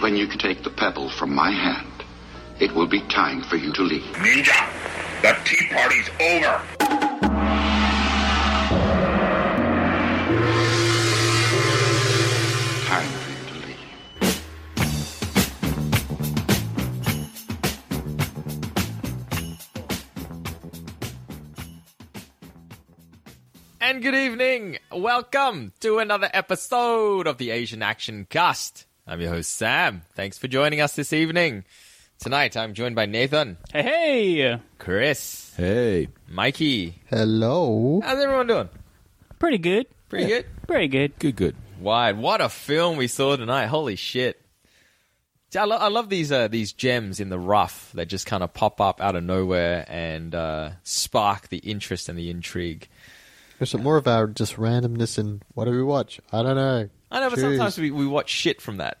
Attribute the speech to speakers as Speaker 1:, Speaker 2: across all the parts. Speaker 1: when you take the pebble from my hand, it will be time for you to leave.
Speaker 2: Ninja, the Tea Party's over.
Speaker 3: 、And good evening! Welcome to another episode of the Asian Action Cast. I'm your host, Sam. Thanks for joining us this evening. Tonight, I'm joined by Nathan,
Speaker 4: Hey, hey!
Speaker 3: Chris,
Speaker 5: Hey.
Speaker 3: Mikey.
Speaker 6: Hello.
Speaker 3: How's everyone doing?
Speaker 4: Pretty good.
Speaker 3: Pretty good?
Speaker 4: Pretty good.
Speaker 5: Good, good.
Speaker 3: Why? What a film we saw tonight! Holy shit! See, I, lo- I love these uh, these gems in the rough that just kind of pop up out of nowhere and uh, spark the interest and the intrigue.
Speaker 6: There's some more of our just randomness and what do we watch? I don't know.
Speaker 3: I know, but
Speaker 6: Jeez.
Speaker 3: sometimes we, we watch shit from that,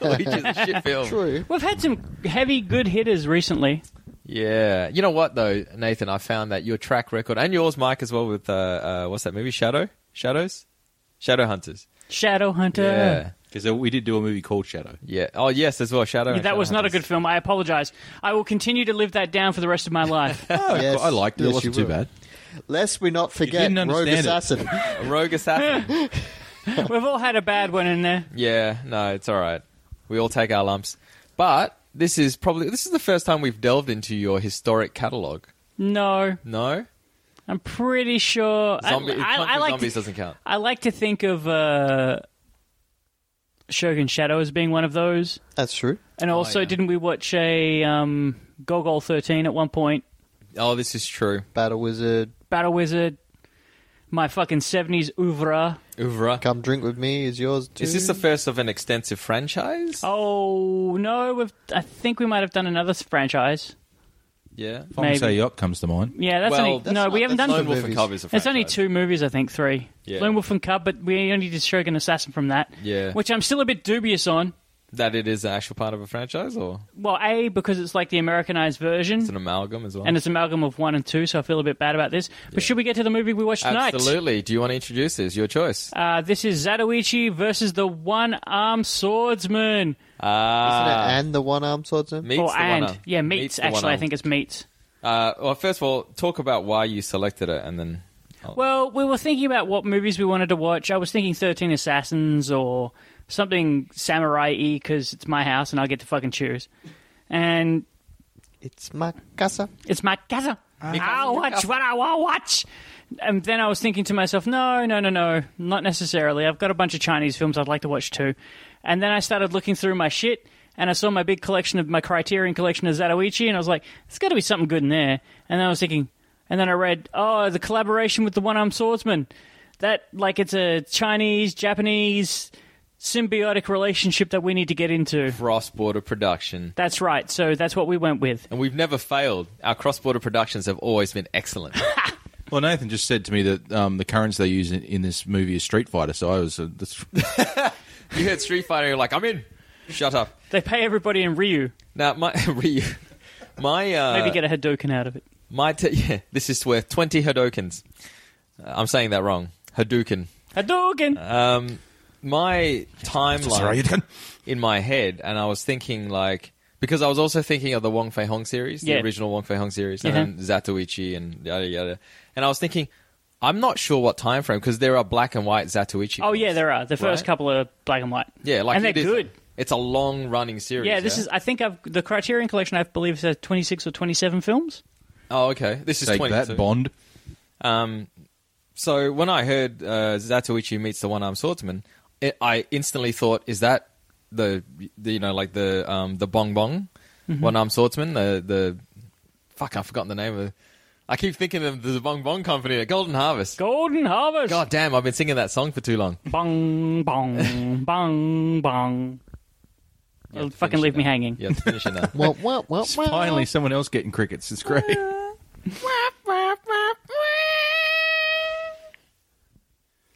Speaker 3: which is a shit film.
Speaker 6: True.
Speaker 4: We've had some heavy good hitters recently.
Speaker 3: Yeah, you know what though, Nathan, I found that your track record and yours, Mike, as well with uh, uh, what's that movie? Shadow, Shadows, Shadow Hunters.
Speaker 4: Shadow Hunter.
Speaker 3: Yeah,
Speaker 5: Because we did do a movie called Shadow.
Speaker 3: yeah. Oh yes, as well, Shadow.
Speaker 4: Yeah,
Speaker 3: and
Speaker 4: that
Speaker 3: Shadow
Speaker 4: was not a
Speaker 3: Hunters.
Speaker 4: good film. I apologize. I will continue to live that down for the rest of my life.
Speaker 5: Oh,
Speaker 6: Yes.
Speaker 5: I liked it.
Speaker 6: Yes,
Speaker 5: it wasn't
Speaker 6: you
Speaker 5: too
Speaker 6: will.
Speaker 5: bad.
Speaker 6: Lest we not forget
Speaker 5: didn't
Speaker 6: Rogue
Speaker 5: understand
Speaker 6: Assassin.
Speaker 3: Rogue Assassin.
Speaker 4: We've all had a bad one in there.
Speaker 3: Yeah, no, it's all right. We all take our lumps. But this is probably this is the first time we've delved into your historic catalog.
Speaker 4: No,
Speaker 3: No,
Speaker 4: I'm pretty sure. I-
Speaker 3: Zombie,
Speaker 4: I, I,
Speaker 3: Plants vs.
Speaker 4: like
Speaker 3: zombies
Speaker 4: to,
Speaker 3: doesn't count.
Speaker 4: I like to think of uh, Shogun Shadow as being one of those.
Speaker 6: That's true.
Speaker 4: And also,
Speaker 3: Oh, yeah.
Speaker 4: didn't we watch a um, Gogol 13 at one point?
Speaker 3: Oh, this is true.
Speaker 6: Battle Wizard,
Speaker 4: Battle Wizard, my fucking 70s oeuvre.
Speaker 3: Ouvra.
Speaker 6: Come Drink With Me is yours too.
Speaker 3: Is this the first of an extensive franchise?
Speaker 4: Oh no, we've, I think we might have done another s- franchise.
Speaker 3: Yeah.
Speaker 4: Maybe.
Speaker 5: Fong Say Yop comes to mind.
Speaker 4: Yeah, that's
Speaker 3: well,
Speaker 4: only
Speaker 3: that's
Speaker 4: no,
Speaker 6: not-
Speaker 4: we haven't
Speaker 6: that's
Speaker 4: done.
Speaker 3: Lone
Speaker 6: not
Speaker 3: Wolf and
Speaker 6: movies.
Speaker 3: Cub is a franchise.
Speaker 4: It's only two movies, I think three.
Speaker 3: Yeah.
Speaker 4: Lone Wolf and Cub, but we only did Shogun Assassin from that.
Speaker 3: Yeah.
Speaker 4: which I'm still a bit dubious on.
Speaker 3: That it is an actual part of a franchise, or
Speaker 4: Well, a because it's like the Americanized version,
Speaker 3: it's an amalgam as well.
Speaker 4: and it's an amalgam of one and two, so I feel a bit bad about this. But should we get to the movie we watched tonight?
Speaker 3: Absolutely. Do you want to introduce this? Your choice.
Speaker 4: Uh, this is Zatoichi versus the One Armed Swordsman.
Speaker 6: Isn't it?
Speaker 3: Ah,
Speaker 6: And the one armed swordsman?
Speaker 3: meets
Speaker 4: or
Speaker 3: the
Speaker 4: and
Speaker 3: one-arm.
Speaker 4: yeah, meats.
Speaker 3: Meets the
Speaker 4: actually, I
Speaker 3: one-arm.
Speaker 4: think it's meats.
Speaker 3: Uh, well, first of all, talk about why you selected it, and then
Speaker 4: Well, we were thinking about what movies we wanted to watch. I was thinking 13 Assassins or something samurai y because it's my house and I get to fucking choose. And
Speaker 6: It's my casa.
Speaker 4: it's my casa. I'll watch Ah. what I will watch. And then I was thinking to myself, no, no, no, no, not necessarily. I've got a bunch of Chinese films I'd like to watch too. And then I started looking through my shit and I saw my big collection of my Criterion collection of Zatoichi and I was like, there's got to be something good in there. And then I was thinking, and then I read, oh, the collaboration with the One Armed Swordsman. That, like, it's a Chinese, Japanese symbiotic relationship that we need to get into.
Speaker 3: cross border production.
Speaker 4: That's right. So that's what we went with.
Speaker 3: And we've never failed. Our cross border productions have always been excellent.
Speaker 5: Well, Nathan just said to me that um, the currency they use in, in this movie is Street Fighter, so I was. Uh, that's,
Speaker 3: you heard Street Fighter, you're like, I'm in. Shut up.
Speaker 4: They pay everybody in Ryu.
Speaker 3: Now, my Ryu, my uh,
Speaker 4: Maybe get a Hadouken out of it.
Speaker 3: my t- yeah, this is worth twenty Hadoukens. Uh, I'm saying that wrong. Hadouken.
Speaker 4: Hadouken!
Speaker 3: Um, my
Speaker 5: sorry,
Speaker 3: timeline in my head, and I was thinking like because I was also thinking of the Wong Fei Hong series,
Speaker 4: Yeah. Uh-huh.
Speaker 3: the original Wong Fei Hong series,
Speaker 4: Yeah.
Speaker 3: and then Zatoichi and yada yada. And I was thinking, I'm not sure what time frame because there are black and white Zatoichi.
Speaker 4: oh yeah,
Speaker 3: films,
Speaker 4: there are the first
Speaker 3: right?
Speaker 4: couple are black and white.
Speaker 3: Yeah, like
Speaker 4: and they're
Speaker 3: it is-
Speaker 4: good.
Speaker 3: It's a long running series.
Speaker 4: Yeah, this is. I think I've the Criterion collection. I believe has twenty six or twenty seven films.
Speaker 3: Oh, okay. This is
Speaker 5: take
Speaker 3: 22.
Speaker 5: that, Bond.
Speaker 3: Um, so when I heard uh, Zatoichi meets the one-armed swordsman, it, I instantly thought, is that the, the you know like the um, the bong bong
Speaker 4: Mm-hmm.
Speaker 3: one-armed swordsman? The the fuck, I've forgotten the name of. I keep thinking of the bong bong company at Golden Harvest.
Speaker 4: Golden Harvest.
Speaker 3: God damn, I've been singing that song for too long.
Speaker 4: Bong bong bong bong.
Speaker 3: You have to
Speaker 4: fucking
Speaker 3: finish
Speaker 4: leave
Speaker 3: it
Speaker 4: me
Speaker 3: now.
Speaker 4: hanging.
Speaker 3: You have to finish it now.
Speaker 6: Well, well, well, well.
Speaker 5: Finally, someone else getting crickets. It's great.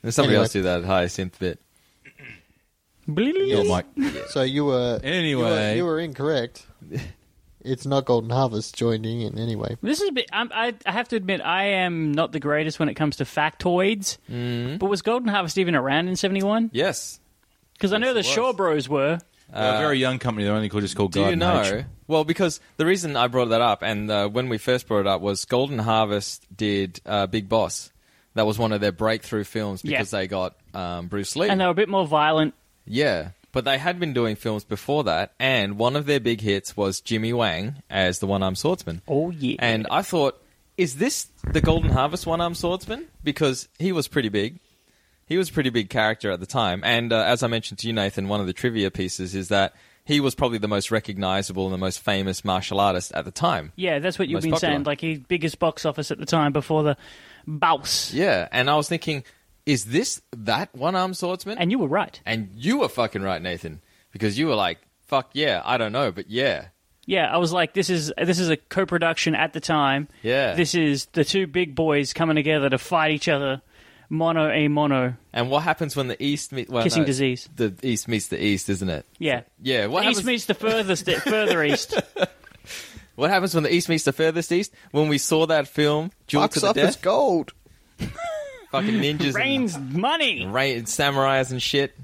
Speaker 3: There's somebody
Speaker 6: Anyway.
Speaker 3: else do that high synth bit.
Speaker 5: Your mic.
Speaker 6: So you were you were,
Speaker 5: Anyway.
Speaker 6: you were incorrect. It's not Golden Harvest joining in anyway.
Speaker 4: This is a bit. I'm, I, I have to admit, I am not the greatest when it comes to factoids.
Speaker 3: Mm-hmm.
Speaker 4: But was Golden Harvest even around in seventy one?
Speaker 3: Yes.
Speaker 4: Because I know the
Speaker 3: Yes, it
Speaker 4: Shaw
Speaker 3: was.
Speaker 4: Bros were.
Speaker 5: They're a very young company. They're only called just called
Speaker 3: Do
Speaker 5: Garden
Speaker 3: you know?
Speaker 5: H.
Speaker 3: Well, because the reason I brought that up, and uh, when we first brought it up, was Golden Harvest did uh, Big Boss. That was one of their breakthrough films
Speaker 4: Yeah.
Speaker 3: because they got um, Bruce Lee.
Speaker 4: and they were a bit more violent.
Speaker 3: yeah, but they had been doing films before that, and one of their big hits was Jimmy Wang as the one-armed swordsman.
Speaker 4: Oh, yeah.
Speaker 3: And I thought, is this the Golden Harvest one-armed swordsman? Because he was pretty big. He was a pretty big character at the time, and uh, as I mentioned to you, Nathan, one of the trivia pieces is that he was probably the most recognizable and the most famous martial artist at the time.
Speaker 4: Yeah, that's what you've
Speaker 3: Most
Speaker 4: been
Speaker 3: popular.
Speaker 4: saying. Like his biggest box office at the time before the Bouse.
Speaker 3: Yeah, and I was thinking, is this that one-armed swordsman?
Speaker 4: And you were right.
Speaker 3: And you were fucking right, Nathan, because you were like, "Fuck yeah, I don't know, but yeah."
Speaker 4: Yeah, I was like, this is this is a co-production at the time.
Speaker 3: Yeah.
Speaker 4: this is the two big boys coming together to fight each other, mono a mono.
Speaker 3: And what happens when the East meets well,
Speaker 4: Kissing
Speaker 3: no,
Speaker 4: disease.
Speaker 3: The East meets the East, isn't it?
Speaker 4: Yeah,
Speaker 3: Yeah. What
Speaker 4: The
Speaker 3: happens?
Speaker 4: east meets the furthest, further east.
Speaker 3: what happens when the East meets the furthest East? When we saw that film, Duel
Speaker 6: Box
Speaker 3: to the
Speaker 6: office
Speaker 3: Death,
Speaker 6: gold.
Speaker 3: fucking ninjas,
Speaker 4: Rains money.
Speaker 3: and rain, samurais and shit.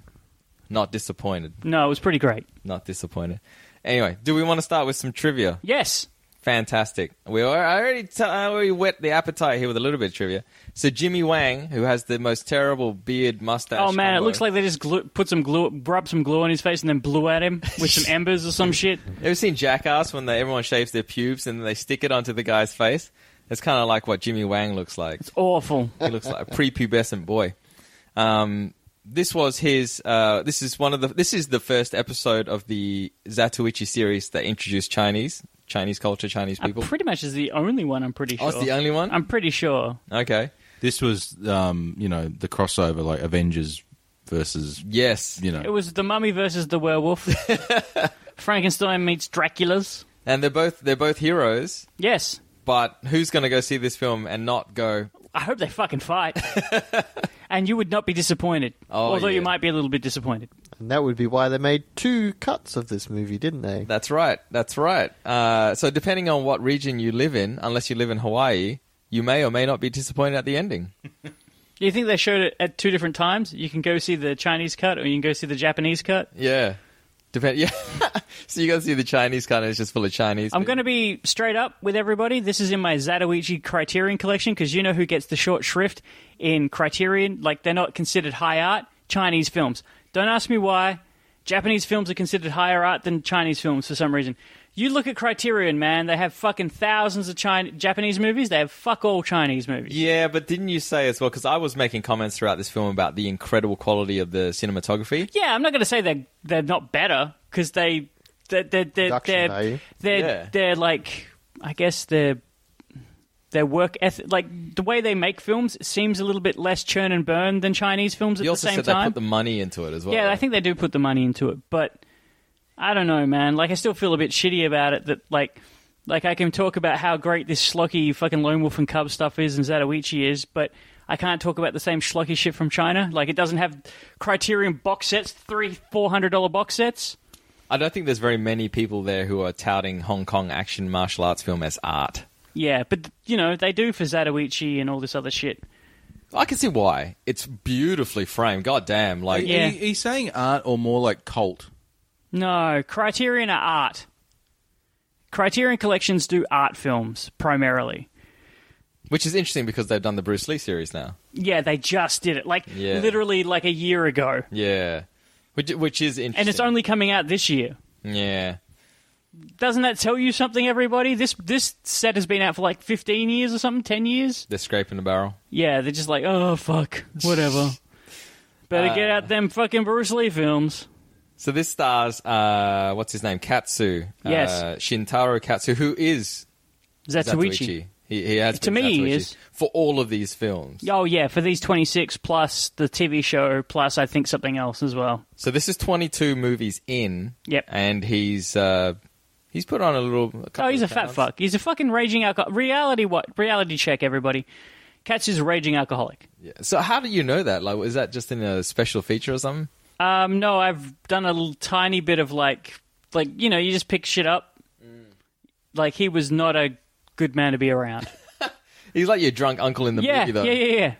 Speaker 3: Not disappointed.
Speaker 4: No, it was pretty great.
Speaker 3: Not disappointed. Anyway, do we want to start with some trivia?
Speaker 4: Yes,
Speaker 3: Fantastic. We are, I already t- I already wet the appetite here with a little bit of trivia. So Jimmy Wang, who has the most terrible beard mustache.
Speaker 4: Oh man, it
Speaker 3: combo-
Speaker 4: looks like they just glue, put some glue, rubbed some glue on his face, and then blew at him with some embers or some shit.
Speaker 3: Ever seen Jackass when they, everyone shaves their pubes and they stick it onto the guy's face? It's kind of like what Jimmy Wang looks like.
Speaker 4: Awful.
Speaker 3: He looks like a prepubescent boy. Um, this was his. Uh, this is one of the. This is the first episode of the Zatoichi series that introduced Chinese, Chinese culture, Chinese people.
Speaker 4: Pretty much is the only one. I'm pretty sure.
Speaker 3: Oh, it's the only one?
Speaker 4: I'm pretty sure.
Speaker 3: okay.
Speaker 5: This was, um, you know, the crossover like Avengers versus,
Speaker 3: Yes.
Speaker 5: you know,
Speaker 4: It was the mummy versus the werewolf. Frankenstein meets Dracula's.
Speaker 3: And they're both they're both heroes.
Speaker 4: Yes,
Speaker 3: But who's going to go see this film and not go?
Speaker 4: I hope they fucking fight. and you would not be disappointed.
Speaker 3: Oh,
Speaker 4: Although
Speaker 3: yeah.
Speaker 4: you might be a little bit disappointed.
Speaker 6: And that would be why they made two cuts of this movie, didn't they?
Speaker 3: That's right. That's right. Uh, so depending on what region you live in, unless you live in Hawaii, you may or may not be disappointed at the ending.
Speaker 4: You think they showed it at two different times? You can go see the Chinese cut, or you can go see the Japanese cut.
Speaker 3: Yeah. Depend. Yeah. so you go see the Chinese kind of it's just full of Chinese.
Speaker 4: I'm going to be straight up with everybody. This is in my Zatoichi Criterion collection because you know who gets the short shrift in Criterion. Like they're not considered high art Chinese films. Don't ask me why. Japanese films are considered higher art than Chinese films for some reason. You look at Criterion, man. They have fucking thousands of Chin- Japanese movies. They have fuck all Chinese movies.
Speaker 3: Yeah, but didn't you say as well? Because I was making comments throughout this film about the incredible quality of the cinematography.
Speaker 4: Yeah, I'm not going to say they're they're not better because they they're they're they're
Speaker 6: Production
Speaker 4: they're,
Speaker 6: value.
Speaker 4: they're,
Speaker 3: Yeah.
Speaker 4: they're like I guess their their work ethic, like the way they make films, seems a little bit less churn and burn than Chinese films at
Speaker 3: You
Speaker 4: the
Speaker 3: also
Speaker 4: same
Speaker 3: said they
Speaker 4: time.
Speaker 3: put the money into it as well.
Speaker 4: yeah, I
Speaker 3: right?
Speaker 4: think they do put the money into it, but I don't know, man. Like I still feel a bit shitty about it. That like like I can talk about how great this schlocky fucking Lone Wolf and Cub stuff is and Zatoichi is, but. I can't talk about the same schlocky shit from China. Like it doesn't have Criterion box sets, three four hundred dollar box sets.
Speaker 3: I don't think there's very many people there who are touting Hong Kong action martial arts film as art.
Speaker 4: Yeah, but you know they do for Zatoichi and all this other shit.
Speaker 3: I can see why. It's beautifully framed. God damn, like
Speaker 4: Yeah.
Speaker 5: He- he's saying art or more like cult.
Speaker 4: No, Criterion are art. Criterion collections do art films primarily.
Speaker 3: Which is interesting because they've done the Bruce Lee series now.
Speaker 4: Yeah, they just did it like
Speaker 3: Yeah.
Speaker 4: literally like a year ago,
Speaker 3: Yeah. Which, which is interesting.
Speaker 4: and it's only coming out this year.
Speaker 3: Yeah.
Speaker 4: Doesn't that tell you something, everybody? This this set has been out for like fifteen years or something, ten years.
Speaker 3: They're scraping the barrel.
Speaker 4: Yeah, they're just like, oh fuck, whatever. Better
Speaker 3: Uh,
Speaker 4: get out them fucking Bruce Lee films.
Speaker 3: So this stars, uh, what's his name? Katsu.
Speaker 4: Yes.
Speaker 3: Uh, Shintaro Katsu, who is
Speaker 4: Zatoichi.
Speaker 3: Zatoichi. He, he has
Speaker 4: To
Speaker 3: been
Speaker 4: me, he
Speaker 3: Zatoichi
Speaker 4: is.
Speaker 3: For all of these films.
Speaker 4: Oh yeah, for these twenty six plus the TV show plus I think something else as well. Oh,
Speaker 3: So this is 22 movies in.
Speaker 4: Yep.
Speaker 3: And he's, uh, he's put on a little. A couple
Speaker 4: Oh, he's a
Speaker 3: of
Speaker 4: fat
Speaker 3: pounds.
Speaker 4: fuck. He's a fucking raging alcoholic. Reality what? Reality check, everybody. Katz is a raging alcoholic.
Speaker 3: Yeah. So how do you know that? Like, is that just in a special feature or something?
Speaker 4: Um, no, I've done a little tiny bit of like, like you know, you just pick shit up.
Speaker 3: Mm.
Speaker 4: Like he was not a good man to be around.
Speaker 3: He's like your drunk uncle in the
Speaker 4: yeah,
Speaker 3: movie,
Speaker 4: yeah,
Speaker 3: though.
Speaker 4: yeah, yeah.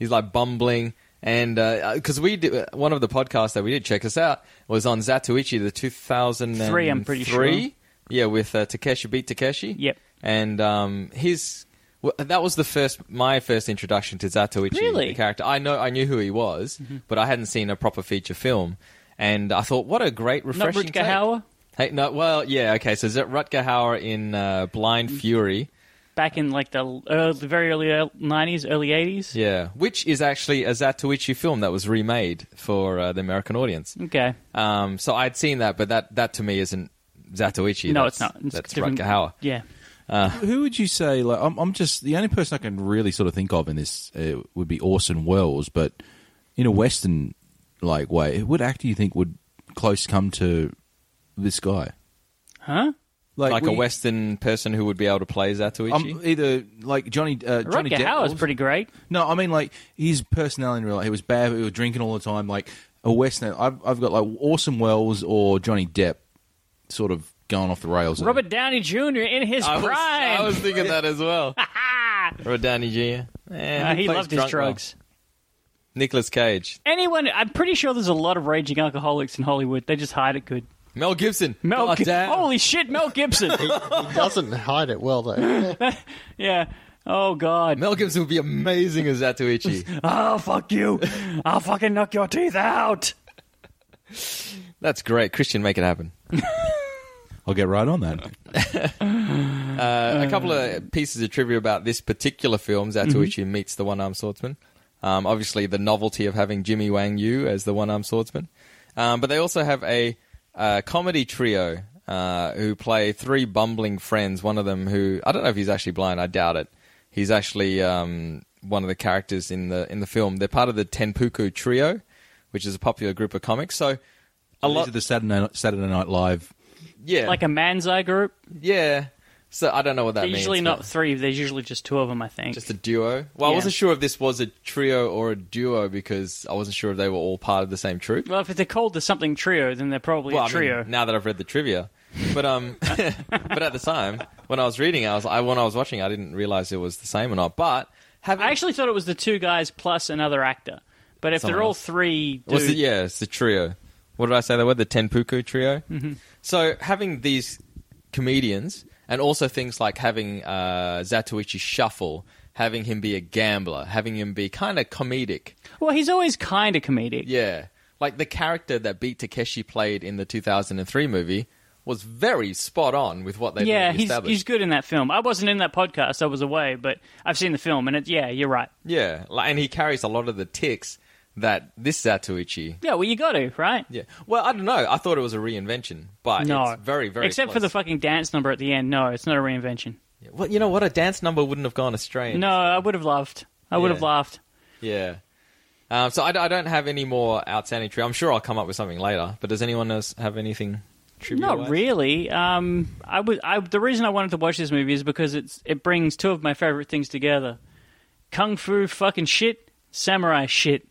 Speaker 3: He's like bumbling And because we did, uh, one of the podcasts that we did check us out was on Zatoichi, the 2003.
Speaker 4: Three, I'm pretty sure.
Speaker 3: Yeah, with uh, Takeshi beat Takeshi.
Speaker 4: Yep.
Speaker 3: And um, his well, that was the first my first introduction to Zatoichi,
Speaker 4: Really? Mm-hmm.
Speaker 3: the character. I know I knew who he was, but I hadn't seen a proper feature film, and I thought, what a great refreshing.
Speaker 4: Rutger
Speaker 3: take.
Speaker 4: Hauer?
Speaker 3: Hey, no, well, yeah, okay. So is it Rutger Hauer in uh, Blind
Speaker 4: Mm-hmm.
Speaker 3: Fury?
Speaker 4: back in like the early, very early early 90s, early 80s.
Speaker 3: Yeah, which is actually a Zatoichi film that was remade for uh, the American audience.
Speaker 4: Okay.
Speaker 3: Um, so I'd seen that, but that that to me isn't Zatoichi.
Speaker 4: no,
Speaker 3: That's-
Speaker 4: it's not. It's
Speaker 3: that's
Speaker 4: different.
Speaker 3: Rutger Hauer.
Speaker 4: Yeah.
Speaker 5: Who would you say? Like, I'm, I'm just the only person I can really sort of think of in this uh, would be Orson Welles, but in a Western like way, what actor you think would close come to this guy?
Speaker 4: Huh?
Speaker 3: Like, a
Speaker 5: we-
Speaker 3: Western person who would be able to play Zatoichi.
Speaker 5: Um, either like Johnny uh, Johnny
Speaker 4: Rutger
Speaker 5: Depp.
Speaker 4: Hauer's
Speaker 5: or-
Speaker 4: pretty great.
Speaker 5: No, I mean like his personality in real life. He was bad. He was drinking all the time. Like a Western. I've I've got like Orson Welles or Johnny Depp, sort of going off the rails. there.
Speaker 4: Robert Downey Jr. in his
Speaker 3: I was,
Speaker 4: prime.
Speaker 3: I was thinking that as well. Robert Downey Eh, Jr.
Speaker 4: Uh,
Speaker 3: Yeah,
Speaker 4: he loved his drugs.
Speaker 3: Nicholas Cage,
Speaker 4: Anyone, I'm pretty sure there's a lot of raging alcoholics in Hollywood. They just hide it good.
Speaker 3: Mel Gibson,
Speaker 4: Mel, Oh!
Speaker 3: God
Speaker 4: Gib-
Speaker 3: damn.
Speaker 4: holy shit, Mel Gibson.
Speaker 6: He doesn't hide it well, though.
Speaker 4: yeah. Oh God.
Speaker 3: Mel Gibson would be amazing as Zatoichi.
Speaker 4: oh fuck you. I'll fucking knock your teeth out.
Speaker 3: That's great, Christian. Make it happen.
Speaker 5: I'll get right on that.
Speaker 3: a couple
Speaker 4: Mm.
Speaker 3: of pieces of trivia about this particular film,
Speaker 4: Mm-hmm.
Speaker 3: Zatoichi meets the one-armed swordsman. Um, obviously, the novelty of having Jimmy Wang Yu as the one-armed swordsman, um, but they also have a uh, comedy trio uh, who play three bumbling friends. One of them, who I don't know if he's actually blind, I doubt it. He's actually um, one of the characters in the in the film. They're part of the Tenpuku Trio, which is a popular group of comics. So. A
Speaker 5: These
Speaker 3: lot,
Speaker 5: are the Saturday Saturday Night Live.
Speaker 3: yeah,
Speaker 4: Like a manzai group.
Speaker 3: yeah. So I don't know what that
Speaker 4: They're
Speaker 3: means.
Speaker 4: usually
Speaker 3: but-
Speaker 4: not three. There's usually just two of them, I think.
Speaker 3: Just a duo. Well, I
Speaker 4: Yeah.
Speaker 3: wasn't sure if this was a trio or a duo because I wasn't sure if they were all part of the same troupe.
Speaker 4: well, if they're called the something trio, then they're probably
Speaker 3: Well, I
Speaker 4: a
Speaker 3: mean,
Speaker 4: trio.
Speaker 3: now that I've read the trivia, but um, but at the time when I was reading, I was I when I was watching, I didn't realize it was the same or not. But having
Speaker 4: I actually thought it was the two guys plus another actor. But if
Speaker 3: Someone
Speaker 4: they're all
Speaker 3: else.
Speaker 4: three, dude,
Speaker 3: Was it, yeah, it's the trio. What did I say they were? The Tenpuku trio.
Speaker 4: Mm-hmm.
Speaker 3: So having these comedians and also things like having uh, Zatoichi shuffle, having him be a gambler, having him be kind of comedic.
Speaker 4: well, he's always kind of comedic.
Speaker 3: Yeah. Like the character that Beat Takeshi played in the 2003 movie was very spot on with what they've
Speaker 4: Yeah,
Speaker 3: already
Speaker 4: he's
Speaker 3: established.
Speaker 4: he's good in that film. I wasn't in that podcast; I was away, but I've seen the film, and it, yeah, you're right.
Speaker 3: Yeah. Like, and he carries a lot of the ticks that this Zatoichi.
Speaker 4: Yeah, well, you got to right.
Speaker 3: Yeah. Well, I don't know. I thought it was a reinvention, but
Speaker 4: No,
Speaker 3: it's very, very
Speaker 4: except for the
Speaker 3: close.
Speaker 4: fucking dance number at the end. No, it's not a reinvention.
Speaker 3: Well, you know what? A dance number wouldn't have gone astray. in
Speaker 4: No, I would have laughed. I would
Speaker 3: Yeah.
Speaker 4: have laughed.
Speaker 3: Yeah. Um, so I, d- I don't have any more outstanding trivia. I'm sure I'll come up with something later. But does anyone else have anything trivia?
Speaker 4: Not really. Um, I would. I, the reason I wanted to watch this movie is because it's it brings two of my favorite things together: kung fu fucking shit, samurai shit.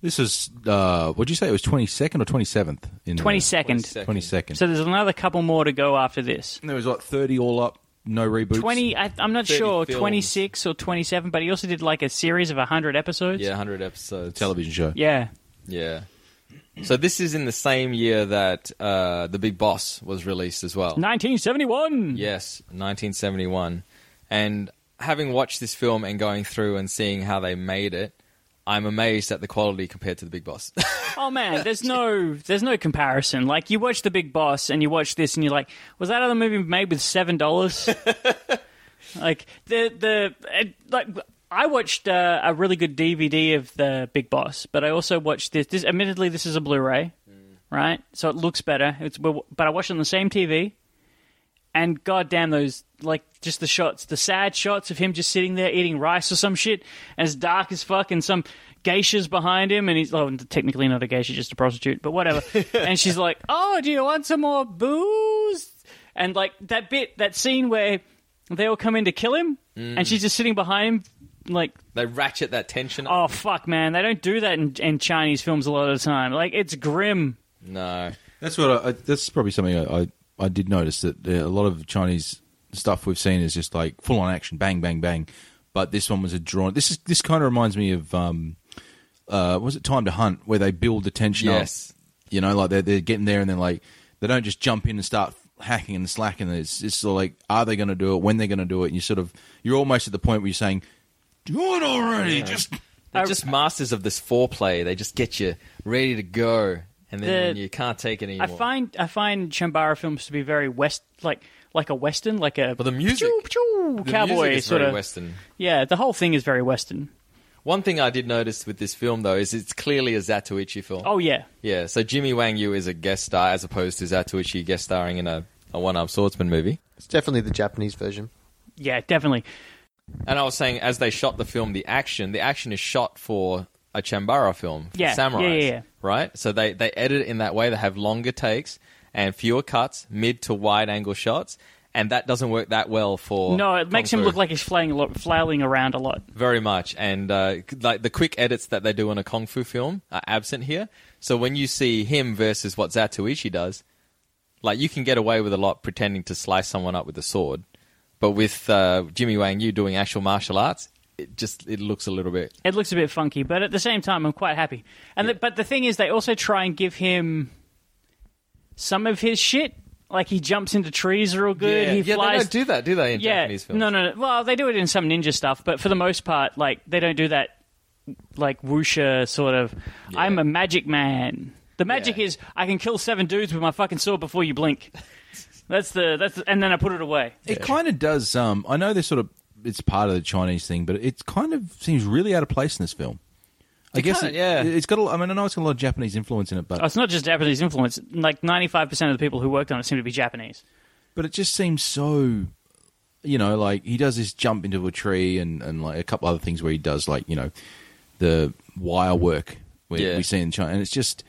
Speaker 5: This is uh, what'd you say? It was twenty second or twenty seventh in
Speaker 4: Twenty second.
Speaker 5: Twenty second.
Speaker 4: So there's another couple more to go after this.
Speaker 5: there was like thirty all up, no reboots.
Speaker 4: 20, I, I'm not
Speaker 3: 30
Speaker 4: sure,
Speaker 3: films.
Speaker 4: 26 or 27, but he also did like a series of 100 episodes.
Speaker 3: Yeah, 100 episodes.
Speaker 5: television show.
Speaker 4: Yeah.
Speaker 3: Yeah. So this is in the same year that uh, The Big Boss was released as well.
Speaker 4: 1971.
Speaker 3: Yes, 1971. And having watched this film and going through and seeing how they made it, I'm amazed at the quality compared to The Big Boss.
Speaker 4: Oh man, there's no there's no comparison. Like you watch The Big Boss and you watch this and you're like, was that other movie made with $7? like the the it, like I watched uh, a really good DVD of The Big Boss, but I also watched this this admittedly this is a Blu-ray, right? So it looks better. It's but I watched it on the same TV. and goddamn those like just the shots, the sad shots of him just sitting there eating rice or some shit, and it's dark as fuck, and some geisha's behind him, and he's oh, technically not a geisha, just a prostitute, but whatever. and she's like, "Oh, do you want some more booze?" And like that bit, that scene where they all come in to kill him, and she's just sitting behind him, like
Speaker 3: they ratchet that tension up.
Speaker 4: Oh fuck, man! They don't do that in, in Chinese films a lot of the time. Like it's grim.
Speaker 3: No.
Speaker 5: That's what I, I, that's probably something I, I, I did notice that uh, a lot of Chinese stuff we've seen is just like full on action, bang, bang, bang. But this one was a drawn. This is this kind of reminds me of um, uh, was it Time to Hunt, where they build the tension
Speaker 3: Yes.
Speaker 5: up. You know, like they're, they're getting there and then like they don't just jump in and start hacking and slacking. It's, it's sort of like, are they going to do it? When they're going to do it? And you sort of, you're almost at the point where you're saying, do it already. Just
Speaker 3: They're just masters of this foreplay. They just get you ready to go, and then
Speaker 4: The-
Speaker 3: when you can't take it anymore.
Speaker 4: I find I find Chambara films to be very west like like a western, like a
Speaker 3: But the music-
Speaker 4: pachoo, pachoo,
Speaker 3: the
Speaker 4: cowboy
Speaker 3: music is
Speaker 4: sort
Speaker 3: very
Speaker 4: of
Speaker 3: Western.
Speaker 4: Yeah, the whole thing is very western.
Speaker 3: One thing I did notice with this film, though, is it's clearly a Zatoichi film.
Speaker 4: Oh yeah,
Speaker 3: Yeah, so Jimmy Wang Yu is a guest star as opposed to Zatoichi guest starring in a, a One Armed Swordsman movie.
Speaker 6: It's definitely the Japanese version.
Speaker 4: yeah, definitely.
Speaker 3: And I was saying, as they shot the film, the action, the action is shot for a Chambara film, for
Speaker 4: Yeah,
Speaker 3: samurais,
Speaker 4: yeah, yeah, yeah.
Speaker 3: right? So they they edit it in that way. They have longer takes and fewer cuts, mid to wide angle shots, and that doesn't work that well for.
Speaker 4: No, it makes
Speaker 3: Kung
Speaker 4: him
Speaker 3: Fu.
Speaker 4: look like he's flailing a lot, flailing around a lot.
Speaker 3: Very much, and uh, c- like the quick edits that they do in a kung fu film are absent here. So when you see him versus what Zatoichi does, like you can get away with a lot pretending to slice someone up with a sword, but with uh, Jimmy Wang Yu doing actual martial arts, it just it looks a little bit.
Speaker 4: It looks a bit funky, but at the same time, I'm quite happy. And the, but the thing is, they also try and give him some of his shit. Like he jumps into trees real good.
Speaker 3: yeah,
Speaker 4: he
Speaker 3: yeah,
Speaker 4: flies.
Speaker 3: they don't do that, do they? In Japanese films,
Speaker 4: No, no, no. Well, they do it in some ninja stuff, but for the most part, like they don't do that like wusha sort of. I'm a magic man. The magic
Speaker 3: Yeah.
Speaker 4: is I can kill seven dudes with my fucking sword before you blink. that's the that's the, and then I put it away.
Speaker 5: It kind of does. Um, I know they're sort of it's part of the Chinese thing, but it kind of seems really out of place in this film. I guess
Speaker 3: kinda-
Speaker 5: it-
Speaker 3: yeah.
Speaker 5: it's got. A, I mean, I know it's got a lot of Japanese influence in it, but
Speaker 4: Oh, it's not just Japanese influence. Like ninety five percent of the people who worked on it seem to be Japanese.
Speaker 5: but it just seems so. You know, like he does this jump into a tree and and like a couple other things where he does like you know the wire work where
Speaker 3: Yeah.
Speaker 5: we see in China, and it's just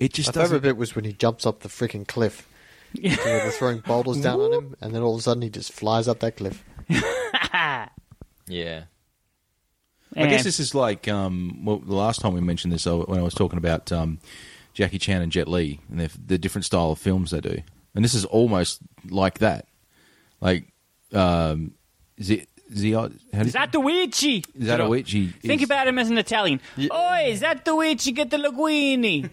Speaker 5: it just
Speaker 6: My
Speaker 5: doesn't.
Speaker 6: favorite bit was when he jumps up the freaking cliff. Yeah. They're throwing boulders down on him, and then all of a sudden he just flies up that cliff.
Speaker 3: yeah,
Speaker 5: I guess
Speaker 4: And-
Speaker 5: this is like um, well, the last time we mentioned this uh, when I was talking about um, Jackie Chan and Jet Li and the, the different style of films they do, and this is almost like that. Like, um, Z, Z, how do you,
Speaker 4: is that the witchy?
Speaker 5: Zatoichi?
Speaker 4: Think
Speaker 5: is-
Speaker 4: about him as an Italian. Oi, is that the witchy? Get the linguini.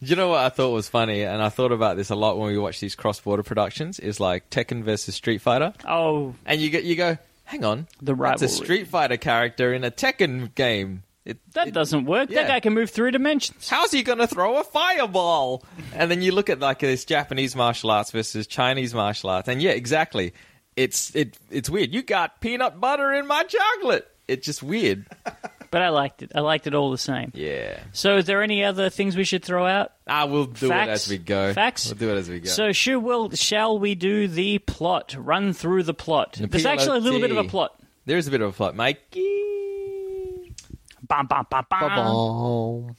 Speaker 3: You know what I thought was funny, and I thought about this a lot when we watch these cross-border productions. Is like Tekken versus Street Fighter,
Speaker 4: oh,
Speaker 3: and you get you go, hang on,
Speaker 4: The
Speaker 3: that's a
Speaker 4: rivalry.
Speaker 3: Street Fighter character in a Tekken game. It,
Speaker 4: that
Speaker 3: it-
Speaker 4: doesn't work.
Speaker 3: yeah.
Speaker 4: That guy can move through dimensions.
Speaker 3: How's he going to throw a fireball? And then you look at like this Japanese martial arts versus Chinese martial arts, and yeah, exactly. It's it it's weird. You got peanut butter in my chocolate. It's just weird.
Speaker 4: But I liked it. I liked it all the same.
Speaker 3: Yeah.
Speaker 4: So, is there any other things we should throw out?
Speaker 3: Ah, we'll do it
Speaker 4: Facts?
Speaker 3: as we go.
Speaker 4: Facts?
Speaker 3: We'll do it as we go.
Speaker 4: So, should, will, shall we do the plot? Run through the plot. There's actually a little bit of a
Speaker 3: PLOT.
Speaker 4: plot.
Speaker 3: there is a bit of a plot, Mikey.
Speaker 4: Bam, bam, bam, bam.
Speaker 6: Ba-bom.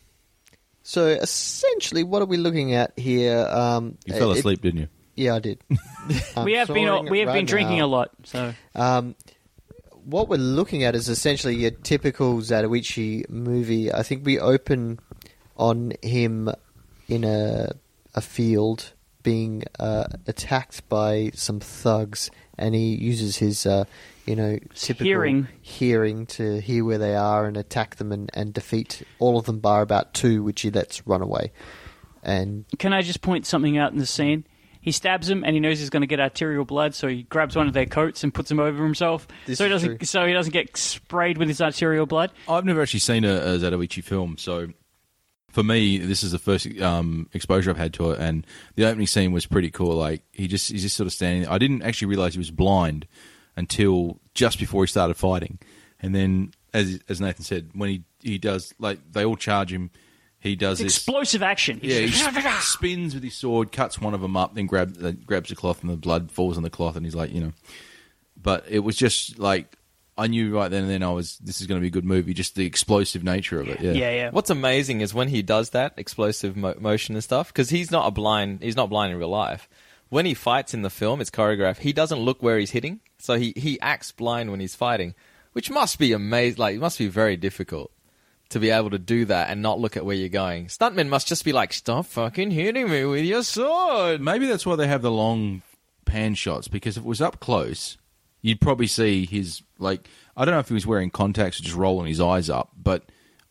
Speaker 6: So essentially, what are we looking at here? Um,
Speaker 5: You fell
Speaker 6: it-
Speaker 5: asleep, didn't you?
Speaker 6: yeah, I did. I'm
Speaker 4: We have been
Speaker 6: snoring
Speaker 4: we have
Speaker 6: right
Speaker 4: been drinking
Speaker 6: now.
Speaker 4: a lot. So,
Speaker 6: Um, what we're looking at is essentially your typical Zatoichi movie. I think we open on him in a a field being uh, attacked by some thugs, and he uses his uh, you know typical
Speaker 4: Hearing.
Speaker 6: hearing to hear where they are and attack them and, and defeat all of them bar about two, which he lets run away. And
Speaker 4: can I just point something out in the scene? He stabs him, and he knows he's going to get arterial blood, so he grabs one of their coats and puts him over himself,
Speaker 6: This
Speaker 4: so he
Speaker 6: is
Speaker 4: doesn't
Speaker 6: true.
Speaker 4: so he doesn't get sprayed with his arterial blood.
Speaker 5: I've never actually seen a, a Zatoichi film, so for me, this is the first um, exposure I've had to it. And the opening scene was pretty cool. Like he just he's just sort of standing. there. I didn't actually realize he was blind until just before he started fighting. And then, as as Nathan said, when he he does like they all charge him, he does this.
Speaker 4: Explosive action.
Speaker 5: Yeah, he s- spins with his sword, cuts one of them up, then grab, uh, grabs the cloth, and the blood falls on the cloth, and he's like, you know. But it was just like I knew right then and then I was this is going to be a good movie. Just the explosive nature of it. Yeah,
Speaker 4: yeah, yeah.
Speaker 3: What's amazing is when he does that explosive mo- motion and stuff because he's not a blind. He's not blind in real life. When he fights in the film, it's choreographed. He doesn't look where he's hitting, so he he acts blind when he's fighting, which must be amazing. Like it must be very difficult to be able to do that and not look at where you're going. Stuntmen must just be like, "Stop fucking hitting me with your sword."
Speaker 5: Maybe that's why they have the long pan shots because if it was up close, you'd probably see his like I don't know if he was wearing contacts or just rolling his eyes up, but.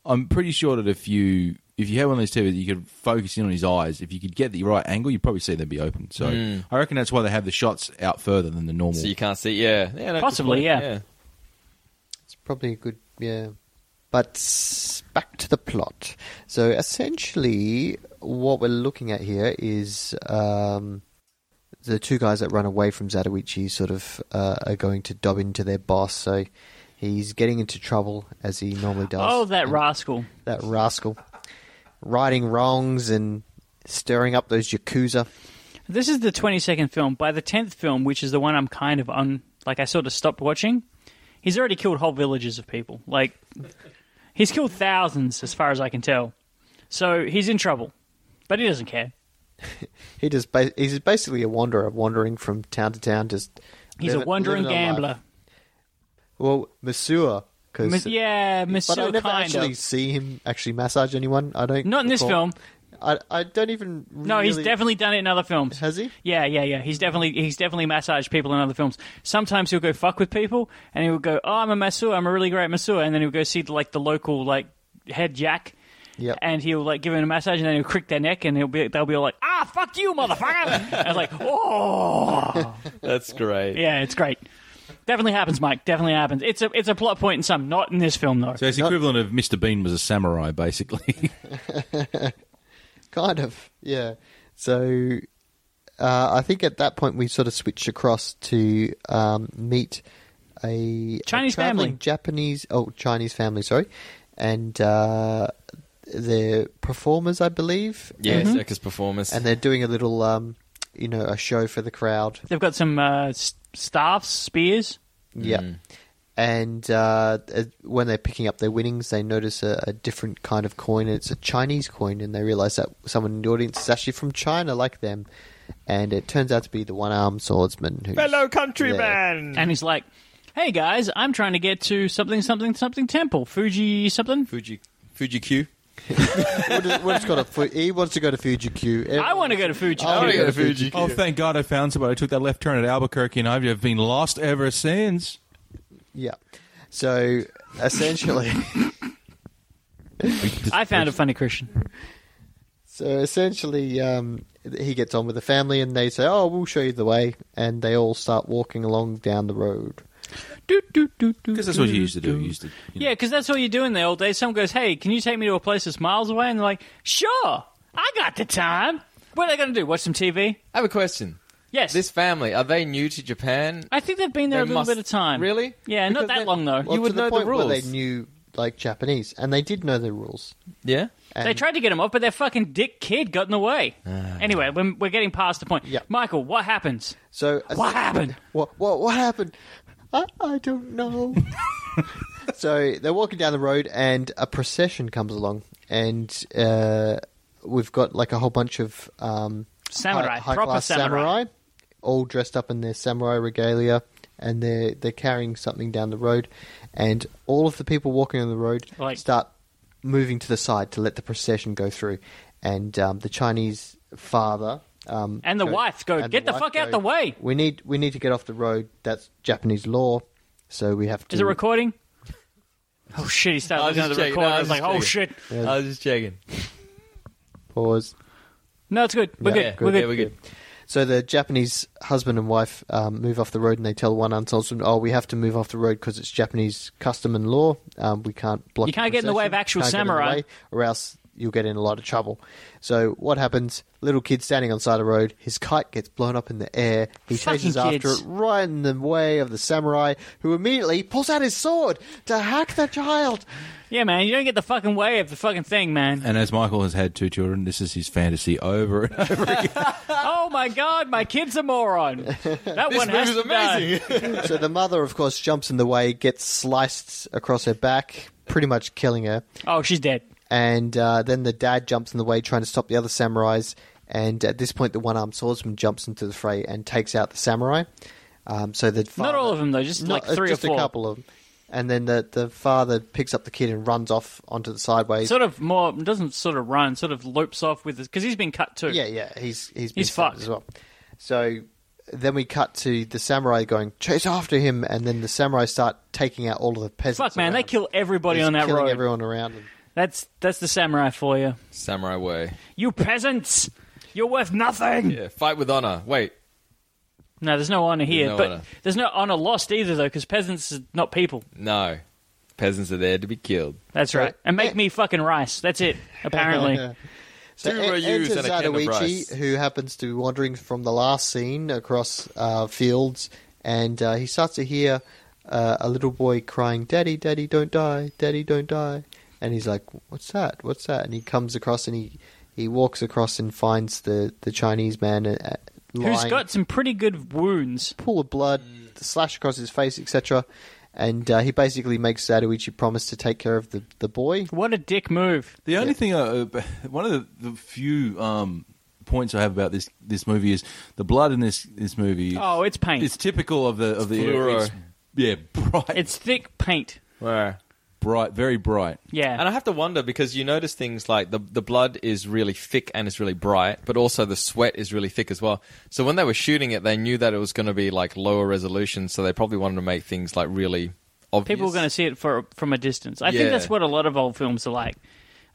Speaker 5: I'm pretty sure that if you if you had one of those TVs, that you could focus in on his eyes. If you could get the right angle, you'd probably see them be open. So I reckon that's why they have the shots out further than the normal.
Speaker 3: Hmm. So you can't see. Yeah, yeah, no, good
Speaker 4: Possibly,
Speaker 3: point.
Speaker 4: yeah.
Speaker 6: It's probably a good, yeah. But s- back to the plot. So essentially, what we're looking at here is um, the two guys that run away from Zatoichi sort of uh, are going to dob into their boss. So he's getting into trouble as he normally does.
Speaker 4: Oh, that
Speaker 6: And
Speaker 4: rascal.
Speaker 6: that rascal, righting wrongs and stirring up those yakuza.
Speaker 4: This is the 22nd film. By the 10th film, which is the one I'm kind of on, like I sort of stopped watching, he's already killed whole villages of people. Like, he's killed thousands, as far as I can tell. So he's in trouble, but he doesn't care.
Speaker 6: He just ba- he's basically a wanderer, wandering from town to town. Just
Speaker 4: He's
Speaker 6: living-
Speaker 4: a wandering
Speaker 6: living life.
Speaker 4: gambler.
Speaker 6: Well, Masua.
Speaker 4: Ma-
Speaker 6: Cause,
Speaker 4: yeah,
Speaker 6: But I
Speaker 4: Monsieur,
Speaker 6: never
Speaker 4: kind
Speaker 6: actually
Speaker 4: of.
Speaker 6: see him actually massage anyone. I don't.
Speaker 4: Not in this
Speaker 6: recall.
Speaker 4: film.
Speaker 6: I, I don't even. Really...
Speaker 4: No, he's definitely done it in other films.
Speaker 6: Has he?
Speaker 4: Yeah, yeah, yeah. He's definitely he's definitely massaged people in other films. Sometimes he'll go fuck with people, and he'll go, "Oh, I'm a masseur. I'm a really great masseur," and then he'll go see like the local like head jack,
Speaker 6: Yep.
Speaker 4: and he'll like give him a massage, and then he'll crick their neck, and he'll be they'll be all like, "Ah, fuck you, motherfucker!" and it's like, "Oh,
Speaker 3: That's great.
Speaker 4: yeah, it's great." Definitely happens, Mike. Definitely happens. It's a it's a plot point in some, not in this film though.
Speaker 5: So it's the equivalent of Mr. Bean was a samurai, basically.
Speaker 6: kind of. Yeah. So, uh, I think at that point we sort of switched across to um, meet a
Speaker 4: Chinese
Speaker 6: a traveling
Speaker 4: family.
Speaker 6: Japanese. Oh, Chinese family. Sorry, and uh, they're performers, I believe.
Speaker 3: Yeah, circus performance.
Speaker 6: Mm-hmm. And they're doing a little, um, you know, a show for the crowd.
Speaker 4: They've got some uh, s- staffs, spears.
Speaker 6: Yeah. And uh, uh, when they're picking up their winnings, they notice a, a different kind of coin. It's a Chinese coin, and they realize that someone in the audience is actually from China, like them. And it turns out to be the one armed swordsman. Who's
Speaker 3: Fellow
Speaker 6: there.
Speaker 3: countrymen.
Speaker 4: And he's like, "Hey guys, I'm trying to get to something, something, something temple, Fuji something.
Speaker 3: Fuji, Fuji Q.
Speaker 6: What is- what's got a fu- he wants to go to Fuji Q.
Speaker 4: I want to go to Fuji.
Speaker 6: I wanna
Speaker 4: Q.
Speaker 6: go to Fuji
Speaker 5: oh, thank God I found somebody. I took that left turn at Albuquerque, and I've been lost ever since.
Speaker 6: Yeah. So essentially.
Speaker 4: I found a funny Christian.
Speaker 6: So essentially, um, he gets on with the family, and they say, "Oh, we'll show you the way," and they all start walking along down the road.
Speaker 5: Because that's what you used to do. You used to, you know.
Speaker 4: Yeah, because that's all you do in the old days. Someone goes, "Hey, can you take me to a place that's miles away?" And they're like, "Sure, I got the time." What are they going to do? Watch some TV?
Speaker 3: I have a question.
Speaker 4: Yes.
Speaker 3: This family are they new to Japan?
Speaker 4: I think they've been there
Speaker 3: They
Speaker 4: a little
Speaker 3: must-
Speaker 4: bit of time.
Speaker 3: Really?
Speaker 4: Yeah,
Speaker 3: Because
Speaker 4: not that
Speaker 3: they-
Speaker 4: long though.
Speaker 3: Well, You would
Speaker 6: to the
Speaker 3: know the
Speaker 6: point where they
Speaker 3: rules.
Speaker 6: knew like Japanese, and they did know the rules.
Speaker 3: Yeah.
Speaker 6: And
Speaker 4: they tried to get him off, but their fucking dick kid got in the way.
Speaker 3: Ah.
Speaker 4: anyway, we're, we're getting past the point.
Speaker 6: Yeah.
Speaker 4: Michael, what happens?
Speaker 6: So
Speaker 4: What happened?
Speaker 6: What what what happened? I, I don't know. so they're walking down the road, and a procession comes along, and uh, we've got like a whole bunch of um,
Speaker 4: Samurai,
Speaker 6: high,
Speaker 4: proper
Speaker 6: high-class
Speaker 4: samurai.
Speaker 6: all dressed up in their samurai regalia, and they're they're carrying something down the road, and all of the people walking on the road
Speaker 4: Like-
Speaker 6: start moving to the side to let the procession go through, and um, the Chinese father. Um,
Speaker 4: And the wife go,
Speaker 6: and
Speaker 4: "Get the
Speaker 6: wife
Speaker 4: fuck out the way."
Speaker 6: We need we need to get off the road. That's Japanese law, so we have to.
Speaker 4: Is it recording? Oh shit! He
Speaker 3: I
Speaker 4: started
Speaker 3: was
Speaker 4: looking at
Speaker 3: just
Speaker 4: the
Speaker 3: checking. No,
Speaker 4: recorder.
Speaker 3: I
Speaker 4: I was
Speaker 3: was just
Speaker 4: like, "Oh shit!"
Speaker 3: checking. I was just checking.
Speaker 6: Pause.
Speaker 4: No, it's good. We're
Speaker 6: Yeah,
Speaker 3: Yeah,
Speaker 4: good. We're good.
Speaker 3: yeah, we're good.
Speaker 6: So the Japanese husband and wife um, move off the road, and they tell one unsolicited, "Oh, we have to move off the road because it's Japanese custom and law. Um, we can't block.
Speaker 4: You can't get in the way of
Speaker 6: procession,
Speaker 4: actual
Speaker 6: can't get in the
Speaker 4: samurai."
Speaker 6: way, or else you'll get in a lot of trouble." So what happens? Little kid standing on the side of the road. His kite gets blown up in the air. He
Speaker 4: Fucking
Speaker 6: chases after
Speaker 4: kids.
Speaker 6: it right in the way of the samurai, who immediately pulls out his sword to hack the child.
Speaker 4: Yeah, man, you don't get the fucking way of the fucking thing, man.
Speaker 5: And as Michael has had two children, this is his fantasy over and over.
Speaker 4: oh my god, my kid's a moron. That one has to die.
Speaker 6: so the mother, of course, jumps in the way, gets sliced across her back, pretty much killing her.
Speaker 4: Oh, she's dead.
Speaker 6: and uh, then the dad jumps in the way trying to stop the other samurais. And at this point, the one-armed swordsman jumps into the fray and takes out the samurai. Um, so the
Speaker 4: Not
Speaker 6: father-
Speaker 4: all of them though, just
Speaker 6: Not- uh,
Speaker 4: like three
Speaker 6: just
Speaker 4: or four.
Speaker 6: a couple of them. And then the the father picks up the kid and runs off onto the sideways.
Speaker 4: Sort of more doesn't sort of run, sort of lopes off with his because he's been cut too.
Speaker 6: yeah, yeah, he's he's
Speaker 4: He's
Speaker 6: mixed up
Speaker 4: fucked.
Speaker 6: as well. So then we cut to the samurai going chase after him, and then the samurai start taking out all of the peasants.
Speaker 4: Fuck man, they
Speaker 6: around.
Speaker 4: kill everybody
Speaker 6: Just
Speaker 4: on that
Speaker 6: killing
Speaker 4: road.
Speaker 6: everyone around them.
Speaker 4: That's that's the samurai for you.
Speaker 3: Samurai way.
Speaker 4: You peasants, you're worth nothing.
Speaker 3: Yeah, fight with honor. Wait,
Speaker 4: No, there's no honor here,
Speaker 3: no
Speaker 4: but
Speaker 3: honor.
Speaker 4: there's no honor lost either, though, because peasants are not people.
Speaker 3: no. Peasants are there to be killed.
Speaker 4: That's right.
Speaker 6: Right.
Speaker 4: And make
Speaker 6: Eh.
Speaker 4: me fucking rice. That's it. Apparently,
Speaker 6: So
Speaker 3: Two
Speaker 6: en-
Speaker 3: Ryus
Speaker 6: enter
Speaker 3: and a Ken of rice.
Speaker 6: Zatoichi, who happens to be wandering from the last scene across uh, fields, and uh, he starts to hear uh, a little boy crying, "Daddy, Daddy, don't die! Daddy, don't die!" And he's like, "What's that? What's that?" And he comes across and he, he walks across and finds the, the Chinese man uh, lying,
Speaker 4: who's got some pretty good wounds.
Speaker 6: pool of blood, the slash across his face, etc. And uh, he basically makes Zatoichi promise to take care of the, the boy.
Speaker 4: What a dick move!
Speaker 5: The only thing, uh, uh, one of the, the few um, points I have about this this movie is the blood in this this movie.
Speaker 4: Oh, it's paint.
Speaker 5: it's
Speaker 4: It's,
Speaker 5: typical of the of the
Speaker 3: fluoro.
Speaker 5: it's- yeah, bright.
Speaker 4: thick paint.
Speaker 3: Where?
Speaker 5: bright, very bright.
Speaker 4: Yeah,
Speaker 3: And I have to wonder because you notice things like the the blood is really thick and it's really bright, but also the sweat is really thick as well. So when they were shooting it, they knew that it was going to be like lower resolution, so they probably wanted to make things like really obvious.
Speaker 4: people are going to see it for, from a distance. I think
Speaker 3: Yeah.
Speaker 4: that's what a lot of old films are like.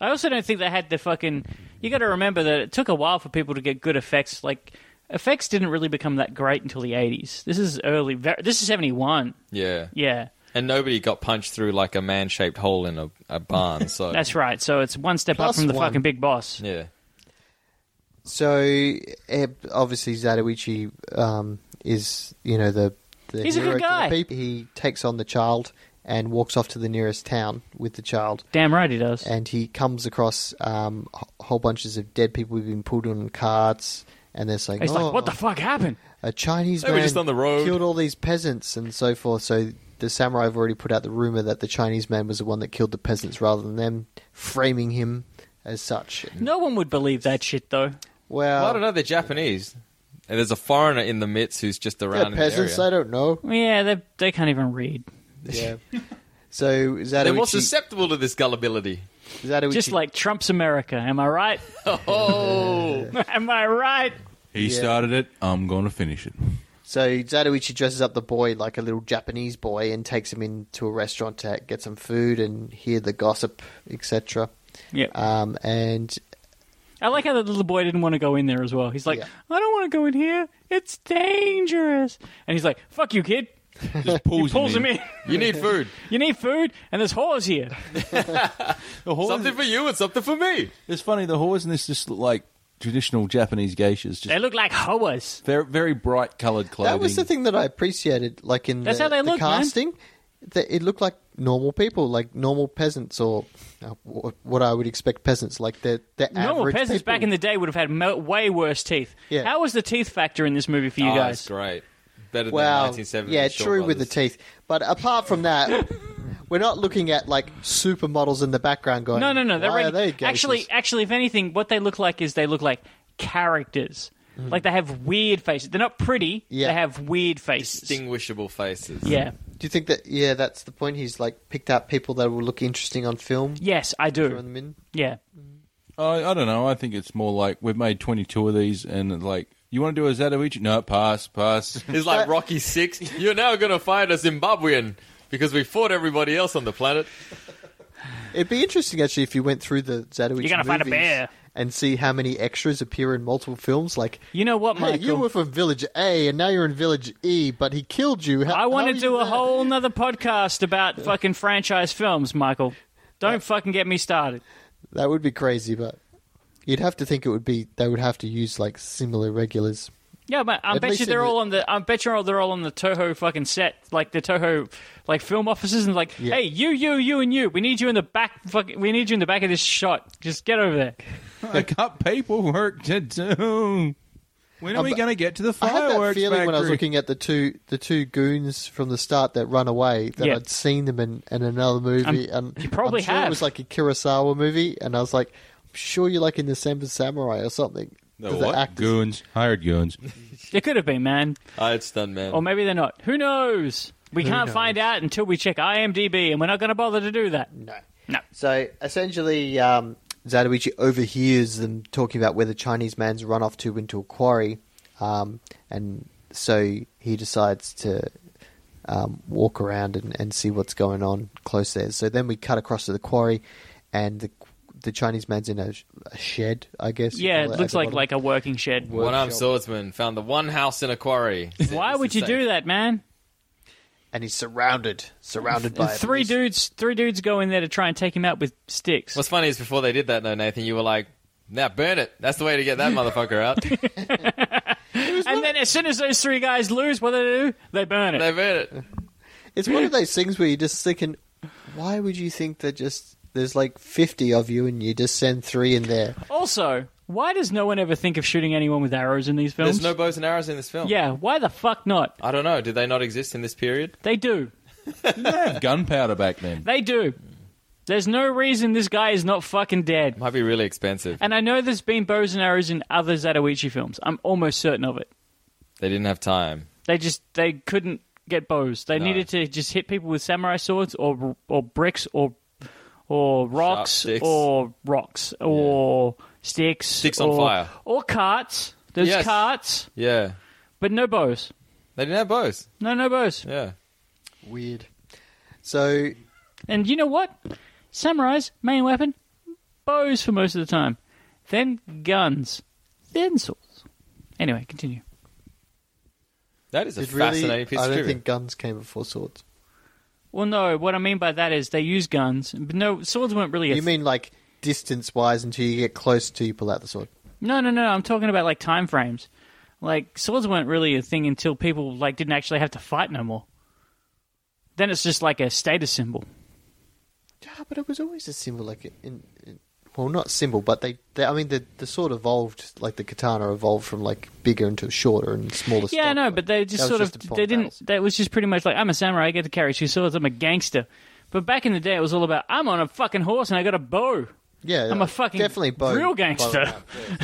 Speaker 4: I also don't think they had the fucking. You got to remember that it took a while for people to get good effects. Like effects didn't really become that great until the eighties. This is early. Ver- this is seventy one.
Speaker 3: yeah,
Speaker 4: Yeah,
Speaker 3: and nobody got punched through like a man shaped hole in a, a barn. So
Speaker 4: that's right. So it's one step up
Speaker 6: Plus
Speaker 4: from the
Speaker 6: one.
Speaker 4: fucking big boss.
Speaker 3: yeah.
Speaker 6: So eh, obviously Zatoichi um, is you know the, the
Speaker 4: He's a
Speaker 6: hero
Speaker 4: good
Speaker 6: to the
Speaker 4: guy.
Speaker 6: peop- He takes on the child and walks off to the nearest town with the child,
Speaker 4: Damn right he does.
Speaker 6: and he comes across um, h- whole bunches of dead people who've been pulled on carts, and they're saying,
Speaker 4: He's
Speaker 6: "Oh,
Speaker 4: like, what the fuck happened?
Speaker 6: a Chinese
Speaker 3: They were
Speaker 6: man
Speaker 3: just on the road."
Speaker 6: killed all these peasants and so forth." So the samurai have already put out the rumor that the Chinese man was the one that killed the peasants, rather than them framing him as such.
Speaker 4: No one would believe that shit though.
Speaker 6: Well,
Speaker 3: Well, I don't know. They're Japanese. And there's a foreigner in the midst who's just
Speaker 6: they're
Speaker 3: around. in the
Speaker 6: peasants.
Speaker 3: area.
Speaker 6: I don't know.
Speaker 4: Yeah, they they can't even read.
Speaker 6: Yeah. So
Speaker 3: They're more
Speaker 6: Zatoichi,
Speaker 3: susceptible to this gullibility.
Speaker 6: Zatoichi
Speaker 4: Just like Trump's America. Am I right?
Speaker 3: Oh,
Speaker 4: Am I right?
Speaker 5: He
Speaker 6: Yeah.
Speaker 5: started it. I'm going to finish it.
Speaker 6: so Zatoichi dresses up the boy like a little Japanese boy and takes him into a restaurant to get some food and hear the gossip, etc.
Speaker 4: Yeah.
Speaker 6: Um, and
Speaker 4: I like how the little boy didn't want to go in there as well. He's like,
Speaker 6: Yeah.
Speaker 4: I don't want to go in here. It's dangerous. And he's like, fuck you, kid.
Speaker 5: Just pulls,
Speaker 4: Pulls him in.
Speaker 3: you need food.
Speaker 4: you need food, and there's whores here.
Speaker 5: The whores-
Speaker 3: Something for you and something for me.
Speaker 5: it's funny. The whores in this just look like traditional Japanese geishas. Just
Speaker 4: They look like hoers.
Speaker 5: very, very bright coloured clothing.
Speaker 6: that was the thing that I appreciated, like in
Speaker 4: That's
Speaker 6: the,
Speaker 4: how they
Speaker 6: the
Speaker 4: look, man.
Speaker 6: casting, that it looked like normal people, like normal peasants, or uh, wh- what I would expect peasants, like they're, they're
Speaker 4: Normal
Speaker 6: average
Speaker 4: peasants
Speaker 6: people.
Speaker 4: back in the day would have had mo- way worse teeth.
Speaker 6: Yeah.
Speaker 4: How was the teeth factor in this movie for you
Speaker 3: Oh,
Speaker 4: guys?
Speaker 3: it's great. Better
Speaker 6: Well,
Speaker 3: than 1970s.
Speaker 6: yeah,
Speaker 3: Shaw
Speaker 6: true with the
Speaker 3: Brothers.
Speaker 6: teeth. But apart from that, we're not looking at like supermodels in the background going.
Speaker 4: No, no, no. They're
Speaker 6: Why
Speaker 4: regu-
Speaker 6: are they geishas?"
Speaker 4: actually, actually, if anything, what they look like is they look like characters. Like they have weird faces. They're not pretty.
Speaker 6: Hmm. Yeah.
Speaker 4: They have weird faces.
Speaker 3: distinguishable faces.
Speaker 4: yeah.
Speaker 6: do you think that? Yeah, that's the point. He's like picked out people that will look interesting on film.
Speaker 4: Yes, I
Speaker 6: Thrown
Speaker 4: do.
Speaker 6: them in.
Speaker 4: Yeah.
Speaker 5: I, I don't know. I think it's more like we've made 22 of these, and like you want to do a Zatoichi? No, pass, pass.
Speaker 3: It's like Rocky Six. You're now going to find a Zimbabwean because we fought everybody else on the planet.
Speaker 6: It'd be interesting actually if you went through the Zatoichi
Speaker 4: You're gonna fight a
Speaker 6: movies
Speaker 4: bear.
Speaker 6: and see how many extras appear in multiple films. Like,
Speaker 4: You know what,
Speaker 6: hey,
Speaker 4: Michael?
Speaker 6: you were from Village A and now you're in Village E, but he killed you. How,
Speaker 4: I want
Speaker 6: how
Speaker 4: to
Speaker 6: are
Speaker 4: do
Speaker 6: you
Speaker 4: a
Speaker 6: there?
Speaker 4: whole nother podcast about fucking franchise films, Michael.
Speaker 6: Uh,
Speaker 4: Don't fucking get me started.
Speaker 6: That would be crazy, but you'd have to think it would be. They would have to use like similar regulars.
Speaker 4: Yeah, but I
Speaker 6: At
Speaker 4: bet
Speaker 6: least
Speaker 4: you
Speaker 6: in
Speaker 4: they're
Speaker 6: the-
Speaker 4: all on the. I bet you they're all on the Toho fucking set, like the Toho, like film offices, and like,
Speaker 6: Yeah.
Speaker 4: hey, you, you, you, and you. We need you in the back. Fucking, we need you in the back of this shot. Just get over there.
Speaker 5: I got paperwork to do. When are
Speaker 6: Um,
Speaker 5: we going to get to the
Speaker 6: I had
Speaker 5: fireworks
Speaker 6: that feeling
Speaker 5: factory?
Speaker 6: when I was looking at the two the two goons from the start that run away that
Speaker 4: Yeah. Um,
Speaker 6: I'd seen them in, in another movie, and
Speaker 4: you probably
Speaker 6: I'm sure
Speaker 4: have.
Speaker 6: it was like a Kurosawa movie, and I was like, I'm sure you're like in the Seven Samurai or something.
Speaker 5: The
Speaker 6: The
Speaker 5: what?
Speaker 6: actors-
Speaker 5: goons, hired goons.
Speaker 4: It could have been, man,
Speaker 3: Ah, it's done, man.
Speaker 4: or maybe they're not. Who knows? We can't find out until we check IMDb, and we're not going to bother to do that.
Speaker 6: No.
Speaker 4: No.
Speaker 6: So essentially, um, Zatoichi overhears them talking about where the Chinese man's run off to into a quarry, um, and so he decides to um, walk around and, and see what's going on close there. So then we cut across to the quarry, and the the Chinese man's in a, sh- a shed, I guess. you
Speaker 4: Yeah, it
Speaker 6: call at
Speaker 4: looks
Speaker 6: the
Speaker 4: like
Speaker 6: bottom.
Speaker 4: like a working shed.
Speaker 3: One armed swordsman found the one house in a quarry.
Speaker 4: Why would you do that, man?
Speaker 6: and he's surrounded, surrounded by
Speaker 4: And three
Speaker 6: dudes.
Speaker 4: dudes, three dudes go in there to try and take him out with sticks.
Speaker 3: What's funny is before they did that, though, Nathan, you were like, "Now burn it. That's the way to get that motherfucker out." they
Speaker 4: and then as soon as those three guys lose, what do they do? They burn it.
Speaker 3: burn it.
Speaker 6: It's one of those things where you're just thinking, why would you think that just there's like 50 of you and you just send three in there?
Speaker 4: also, why does no one ever think of shooting anyone with arrows in these films?
Speaker 3: There's no bows and arrows in this film.
Speaker 4: yeah, why the fuck not?
Speaker 3: I don't know. Did they not exist in this period?
Speaker 4: They do.
Speaker 5: Gunpowder back then.
Speaker 4: They do. There's no reason this guy is not fucking dead.
Speaker 3: Might be really expensive.
Speaker 4: And I know there's been bows and arrows in other Zatoichi films. I'm almost certain of it.
Speaker 3: They didn't have time.
Speaker 4: They just they couldn't get bows. They
Speaker 3: No.
Speaker 4: needed to just hit people with samurai swords or or bricks or or rocks
Speaker 3: sticks.
Speaker 4: or rocks or sticks.
Speaker 3: Sticks on
Speaker 4: or-
Speaker 3: fire.
Speaker 4: Or carts. There's
Speaker 3: Yes.
Speaker 4: carts,
Speaker 3: Yeah,
Speaker 4: but no bows.
Speaker 3: they didn't have bows.
Speaker 4: No, no bows.
Speaker 3: Yeah,
Speaker 6: Weird. So,
Speaker 4: And you know what? Samurai's main weapon, bows for most of the time. Then guns. Then swords. Anyway, continue.
Speaker 3: that is a
Speaker 6: it
Speaker 3: fascinating
Speaker 6: really, I
Speaker 3: piece of
Speaker 6: don't
Speaker 3: trivia.
Speaker 6: think guns came before swords.
Speaker 4: Well, no, what I mean by that is they use guns, but no, swords weren't really a
Speaker 6: You mean like distance wise until you get close to you pull out the sword?
Speaker 4: No, no, no. I'm talking about like time frames. Like swords weren't really a thing until people like didn't actually have to fight no more. Then it's just like a status symbol.
Speaker 6: Yeah, but it was always a symbol, like in, in well, not symbol, but they, they I mean, the the sword evolved, like the katana evolved from like bigger into shorter and smaller.
Speaker 4: Yeah, I
Speaker 6: stuff,
Speaker 4: know,
Speaker 6: like-
Speaker 4: but they just
Speaker 6: that was
Speaker 4: sort
Speaker 6: just
Speaker 4: of
Speaker 6: upon
Speaker 4: they didn't.
Speaker 6: battles.
Speaker 4: That was just pretty much like I'm a samurai. I get to carry two swords. I'm a gangster. But back in the day, it was all about I'm on a fucking horse and I got a bow.
Speaker 6: Yeah,
Speaker 4: I'm a fucking
Speaker 6: definitely bow,
Speaker 4: real
Speaker 6: bow
Speaker 4: gangster.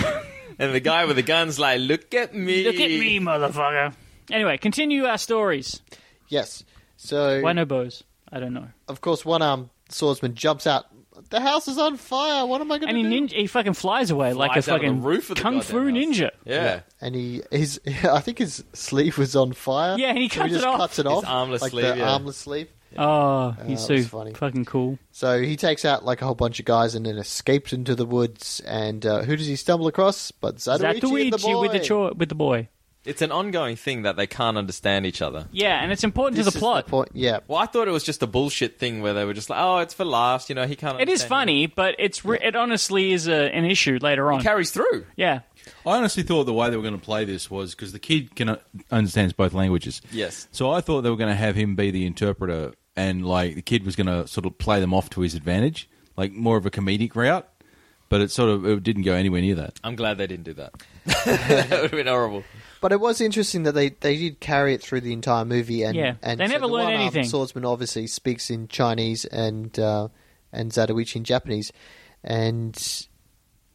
Speaker 6: round.
Speaker 3: and the guy with the gun's like, "Look at me!
Speaker 4: Look at me, motherfucker. Anyway, continue our stories.
Speaker 6: Yes. So
Speaker 4: Why no bows? I don't know.
Speaker 6: of course, one armed swordsman jumps out. The house is on fire. What am I going
Speaker 4: And
Speaker 6: to
Speaker 4: he,
Speaker 6: do?
Speaker 4: ninja, he fucking flies away like a
Speaker 3: Flies out of the
Speaker 4: fucking
Speaker 3: roof of the
Speaker 4: kung
Speaker 3: goddamn
Speaker 4: fu
Speaker 3: house.
Speaker 4: ninja.
Speaker 3: Yeah,
Speaker 6: and he his I think his sleeve was on fire.
Speaker 4: Yeah, and he
Speaker 6: so
Speaker 4: cuts it
Speaker 6: just
Speaker 4: off.
Speaker 6: Cuts it off.
Speaker 3: armless
Speaker 6: like
Speaker 3: sleeve,
Speaker 6: The
Speaker 3: yeah.
Speaker 6: armless sleeve.
Speaker 4: Oh,
Speaker 6: that
Speaker 4: he's
Speaker 6: was
Speaker 4: so
Speaker 6: funny.
Speaker 4: fucking cool.
Speaker 6: So he takes out like a whole bunch of guys and then escapes into the woods. And uh, who does he stumble across? But Zatoichi, and the
Speaker 4: Zatoichi
Speaker 6: boy.
Speaker 4: with the cho- with the boy.
Speaker 3: it's an ongoing thing that they can't understand each other.
Speaker 4: Yeah, and it's important to
Speaker 6: This is
Speaker 4: the plot.
Speaker 6: point. Yeah,
Speaker 3: Well, I thought it was just a bullshit thing where they were just like, "Oh, it's for laughs," you know. He can't.
Speaker 4: it is
Speaker 3: understand.
Speaker 4: funny, but it's re- it honestly is a, an issue later on.
Speaker 3: It carries through.
Speaker 4: yeah,
Speaker 5: I honestly thought the way they were going to play this was because the kid can uh, understands both languages.
Speaker 3: Yes.
Speaker 5: So I thought they were going to have him be the interpreter, and like the kid was going to sort of play them off to his advantage, like more of a comedic route. But it sort of it didn't go anywhere near that.
Speaker 3: I'm glad they didn't do that. that would have been horrible.
Speaker 6: but it was interesting that they, they did carry it through the entire movie, and
Speaker 4: Yeah,
Speaker 6: and
Speaker 4: they
Speaker 6: so
Speaker 4: never
Speaker 6: the
Speaker 4: learn
Speaker 6: one-armed
Speaker 4: anything.
Speaker 6: Swordsman obviously speaks in Chinese and uh, and Zatoichi in Japanese, and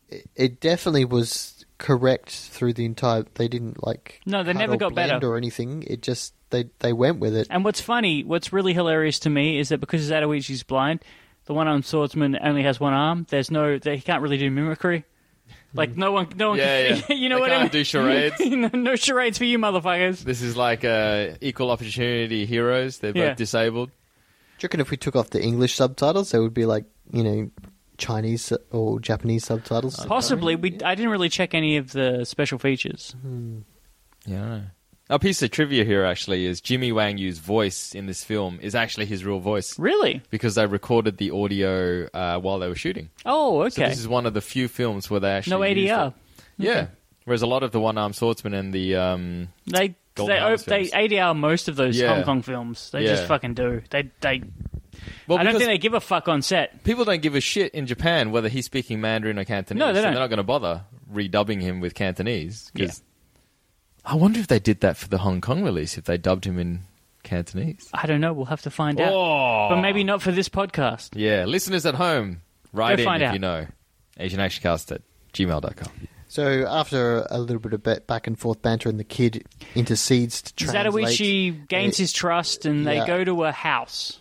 Speaker 6: it, it definitely was correct through the entire. They didn't like
Speaker 4: No, they
Speaker 6: cut
Speaker 4: never
Speaker 6: or
Speaker 4: got
Speaker 6: blend
Speaker 4: better.
Speaker 6: or anything. It just they they went with it.
Speaker 4: and what's funny, what's really hilarious to me is that because Zatoichi's blind, the one-armed swordsman only has one arm. There's no they, he can't really do mimicry. Like no one, no one.
Speaker 3: Yeah,
Speaker 4: can-
Speaker 3: yeah.
Speaker 4: you know
Speaker 3: They
Speaker 4: what I mean?
Speaker 3: can't do charades.
Speaker 4: no, no charades for you, motherfuckers.
Speaker 3: This is like uh, equal opportunity heroes. They're both
Speaker 4: Yeah.
Speaker 3: disabled.
Speaker 6: Do you reckon if we took off the English subtitles, there would be like you know Chinese or Japanese subtitles?
Speaker 4: Possibly, we. I didn't really check any of the special features.
Speaker 3: Mm-hmm. Yeah. I know. A piece of trivia here actually is Jimmy Wang Yu's voice in this film is actually his real voice
Speaker 4: Really?
Speaker 3: because they recorded the audio uh, while they were shooting.
Speaker 4: Oh,
Speaker 3: So
Speaker 4: okay.
Speaker 3: this is one of the few films where they actually
Speaker 4: no
Speaker 3: used
Speaker 4: ADR.
Speaker 3: it. Yeah. Whereas a lot of the one-armed swordsman and the um,
Speaker 4: They
Speaker 3: Golden
Speaker 4: they, op-
Speaker 3: Harvest
Speaker 4: they
Speaker 3: films.
Speaker 4: ADR most of those
Speaker 3: Yeah.
Speaker 4: Hong Kong films. They just
Speaker 3: Yeah.
Speaker 4: fucking do. They they.
Speaker 3: well,
Speaker 4: I don't
Speaker 3: because
Speaker 4: think they give a fuck on set.
Speaker 3: people don't give a shit in Japan whether he's speaking Mandarin or Cantonese.
Speaker 4: No, they
Speaker 3: so
Speaker 4: don't.
Speaker 3: They're not going to bother redubbing him with Cantonese. 'cause- I wonder if they did that for the Hong Kong release if they dubbed him in Cantonese.
Speaker 4: I don't know. We'll have to find out.
Speaker 3: Oh.
Speaker 4: But maybe not for this podcast.
Speaker 3: Yeah, listeners at home, write
Speaker 4: Go
Speaker 3: in
Speaker 4: find
Speaker 3: if
Speaker 4: out.
Speaker 3: you know. AsianActionCast at gmail.com.
Speaker 6: So after a little bit of ba- back and forth banter, and the kid intercedes to translate. uh,
Speaker 4: Zatoichi gains his trust, and they
Speaker 6: Yeah.
Speaker 4: go to a house.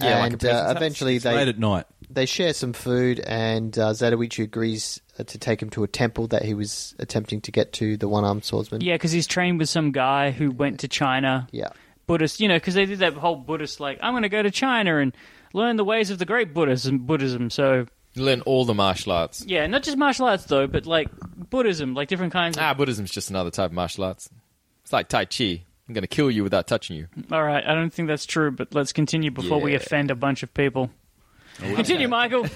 Speaker 3: Yeah, like a
Speaker 6: and
Speaker 3: person's
Speaker 6: uh,
Speaker 3: house.
Speaker 6: eventually
Speaker 5: Late
Speaker 6: they
Speaker 5: at night.
Speaker 6: they share some food, and uh, Zatoichi agrees uh, to take him to a temple that he was attempting to get to. The one armed swordsman.
Speaker 4: Yeah, because he's trained with some guy who went to China.
Speaker 6: Yeah.
Speaker 4: Buddhist, you know, because they did that whole Buddhist like I'm going to go to China and learn the ways of the great Buddhism. Buddhism. So
Speaker 3: Learn all the martial arts.
Speaker 4: yeah, not just martial arts though, but like Buddhism, like different kinds. Of,
Speaker 3: Ah, Buddhism's just another type of martial arts. It's like Tai Chi. I'm going to kill you without touching you.
Speaker 4: All right, I don't think that's true, but let's continue before we
Speaker 3: Yeah.
Speaker 4: offend a bunch of people. Continue, Michael.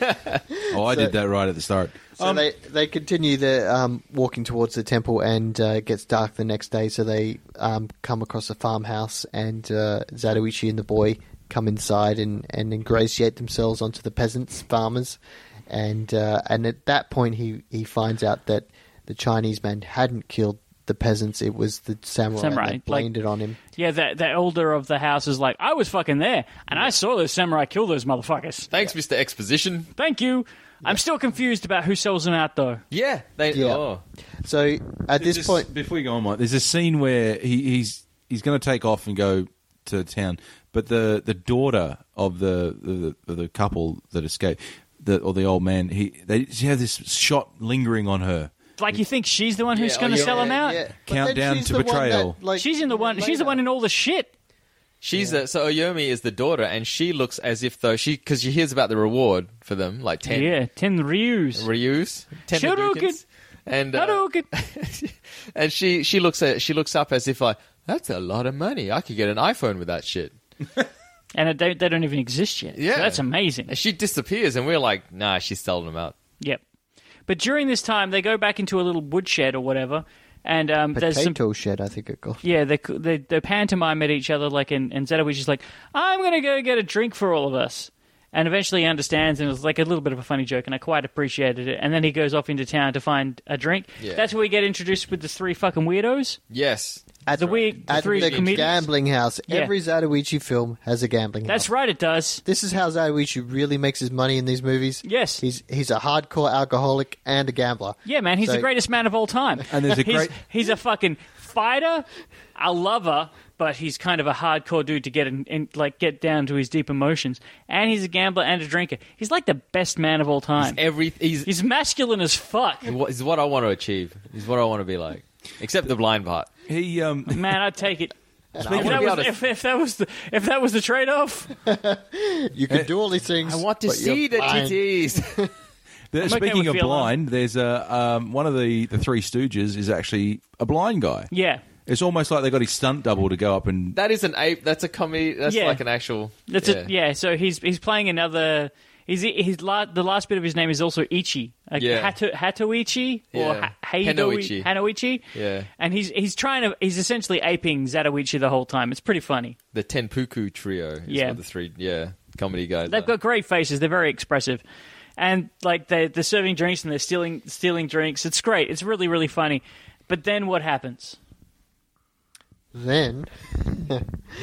Speaker 5: Oh, I did that right at the start.
Speaker 6: So
Speaker 4: Um,
Speaker 6: they, they continue the um, walking towards the temple, and uh, it gets dark the next day. So they um, come across a farmhouse, and uh, Zatoichi and the boy come inside and, and ingratiate themselves onto the peasants, farmers, and uh, and at that point he, he finds out that the Chinese man hadn't killed the peasants; it was the samurai,
Speaker 4: Samurai,
Speaker 6: that blamed
Speaker 4: like-
Speaker 6: it on him.
Speaker 4: yeah, that that elder of the house is like, I was fucking there, and I saw those samurai kill those motherfuckers.
Speaker 3: Thanks, Mr. Exposition.
Speaker 4: Thank you. I'm still confused about who sells them out though.
Speaker 3: Yeah. They,
Speaker 6: Yeah.
Speaker 3: Oh.
Speaker 6: So at this
Speaker 5: Just
Speaker 6: point,
Speaker 5: before we go on, Mike, there's a scene where he, he's he's going to take off and go to town, but the, the daughter of the the, the, the couple that escaped, the, or the old man, he they she has this shot lingering on her.
Speaker 4: Like you think she's the one who's
Speaker 3: Yeah, oh,
Speaker 4: going to
Speaker 3: yeah,
Speaker 4: sell them out?
Speaker 6: yeah. But
Speaker 5: Countdown
Speaker 6: then she's
Speaker 5: to
Speaker 6: the one that,
Speaker 5: betrayal.
Speaker 6: like,
Speaker 4: she's in the one. She's the one in all the shit.
Speaker 3: She's a, so Oyomi is the daughter, and she looks as if though she because she hears about the reward for them, like ten
Speaker 4: Yeah, ten Ryu's.
Speaker 3: reuse, ten
Speaker 4: Shoryuken.
Speaker 3: Hadoukens. and uh,
Speaker 4: Hadouken.
Speaker 3: and she she looks at she looks up as if like that's a lot of money. I could get an iPhone with that shit.
Speaker 4: and they, they don't even exist yet. So
Speaker 3: Yeah.
Speaker 4: that's amazing.
Speaker 3: And she disappears, and we're like, nah, she's selling them out.
Speaker 4: Yep. But during this time, they go back into a little woodshed or whatever, and um, there's some.
Speaker 6: potato shed, I think it called.
Speaker 4: Yeah, they, they they pantomime at each other like, and, and Zedowicz is like, "I'm gonna go get a drink for all of us," and eventually he understands, and it's like a little bit of a funny joke, and I quite appreciated it. And then he goes off into town to find a drink.
Speaker 3: Yeah.
Speaker 4: That's where we get introduced with the three fucking weirdos.
Speaker 3: Yes,
Speaker 6: At
Speaker 4: the week, the
Speaker 6: at
Speaker 4: three
Speaker 6: the
Speaker 4: comedians.
Speaker 6: gambling house.
Speaker 4: Yeah.
Speaker 6: Every Zatoichi film has a gambling
Speaker 4: That's
Speaker 6: house.
Speaker 4: right, it does.
Speaker 6: This is how Zatoichi really makes his money in these movies.
Speaker 4: Yes.
Speaker 6: he's he's a hardcore alcoholic and a gambler.
Speaker 4: Yeah, man, he's
Speaker 6: So-
Speaker 4: the greatest man of all time.
Speaker 5: And there's a
Speaker 4: he's,
Speaker 5: great-
Speaker 4: He's a fucking fighter, a lover, but he's kind of a hardcore dude to get in, in, like get down to his deep emotions. And he's a gambler and a drinker. He's like the best man of all time.
Speaker 3: every he's,
Speaker 4: He's masculine as fuck,
Speaker 3: wha- is what I want to achieve. Is what I want to be like, except the blind part.
Speaker 5: He um
Speaker 4: man. I'd take it. If
Speaker 3: I wanna
Speaker 4: that,
Speaker 3: be
Speaker 4: was,
Speaker 3: honest.
Speaker 4: if, if that was the if that was the trade off,
Speaker 6: You can do all these things.
Speaker 3: Uh, I want to
Speaker 6: but
Speaker 3: see
Speaker 6: you're
Speaker 3: the
Speaker 6: blind.
Speaker 3: titties.
Speaker 5: The-
Speaker 4: okay
Speaker 5: speaking
Speaker 4: with
Speaker 5: of
Speaker 4: feeling.
Speaker 5: blind, there's a um, one of the the three Stooges is actually a blind guy.
Speaker 4: yeah,
Speaker 5: It's almost like they got his stunt double to go up and
Speaker 3: that is an ape. That's a comedy. That's
Speaker 4: Yeah.
Speaker 3: like an actual.
Speaker 4: that's it. Yeah, so he's he's playing another. He's his la, the last bit of his name is also Ichi, like
Speaker 3: Yeah.
Speaker 4: Hato, Hatoichi or
Speaker 3: Yeah.
Speaker 4: ha-
Speaker 3: Hanoichi.
Speaker 4: Haidoichi, Hanoichi.
Speaker 3: Yeah.
Speaker 4: and he's he's trying to he's essentially aping Zatoichi the whole time. It's pretty funny.
Speaker 3: the Tenpuku trio. Is
Speaker 4: Yeah.
Speaker 3: yeah, the three yeah comedy guys.
Speaker 4: They've
Speaker 3: are.
Speaker 4: got great faces. They're very expressive, and like they they're serving drinks and they're stealing stealing drinks. It's great. It's really really funny. But then what happens?
Speaker 6: Then,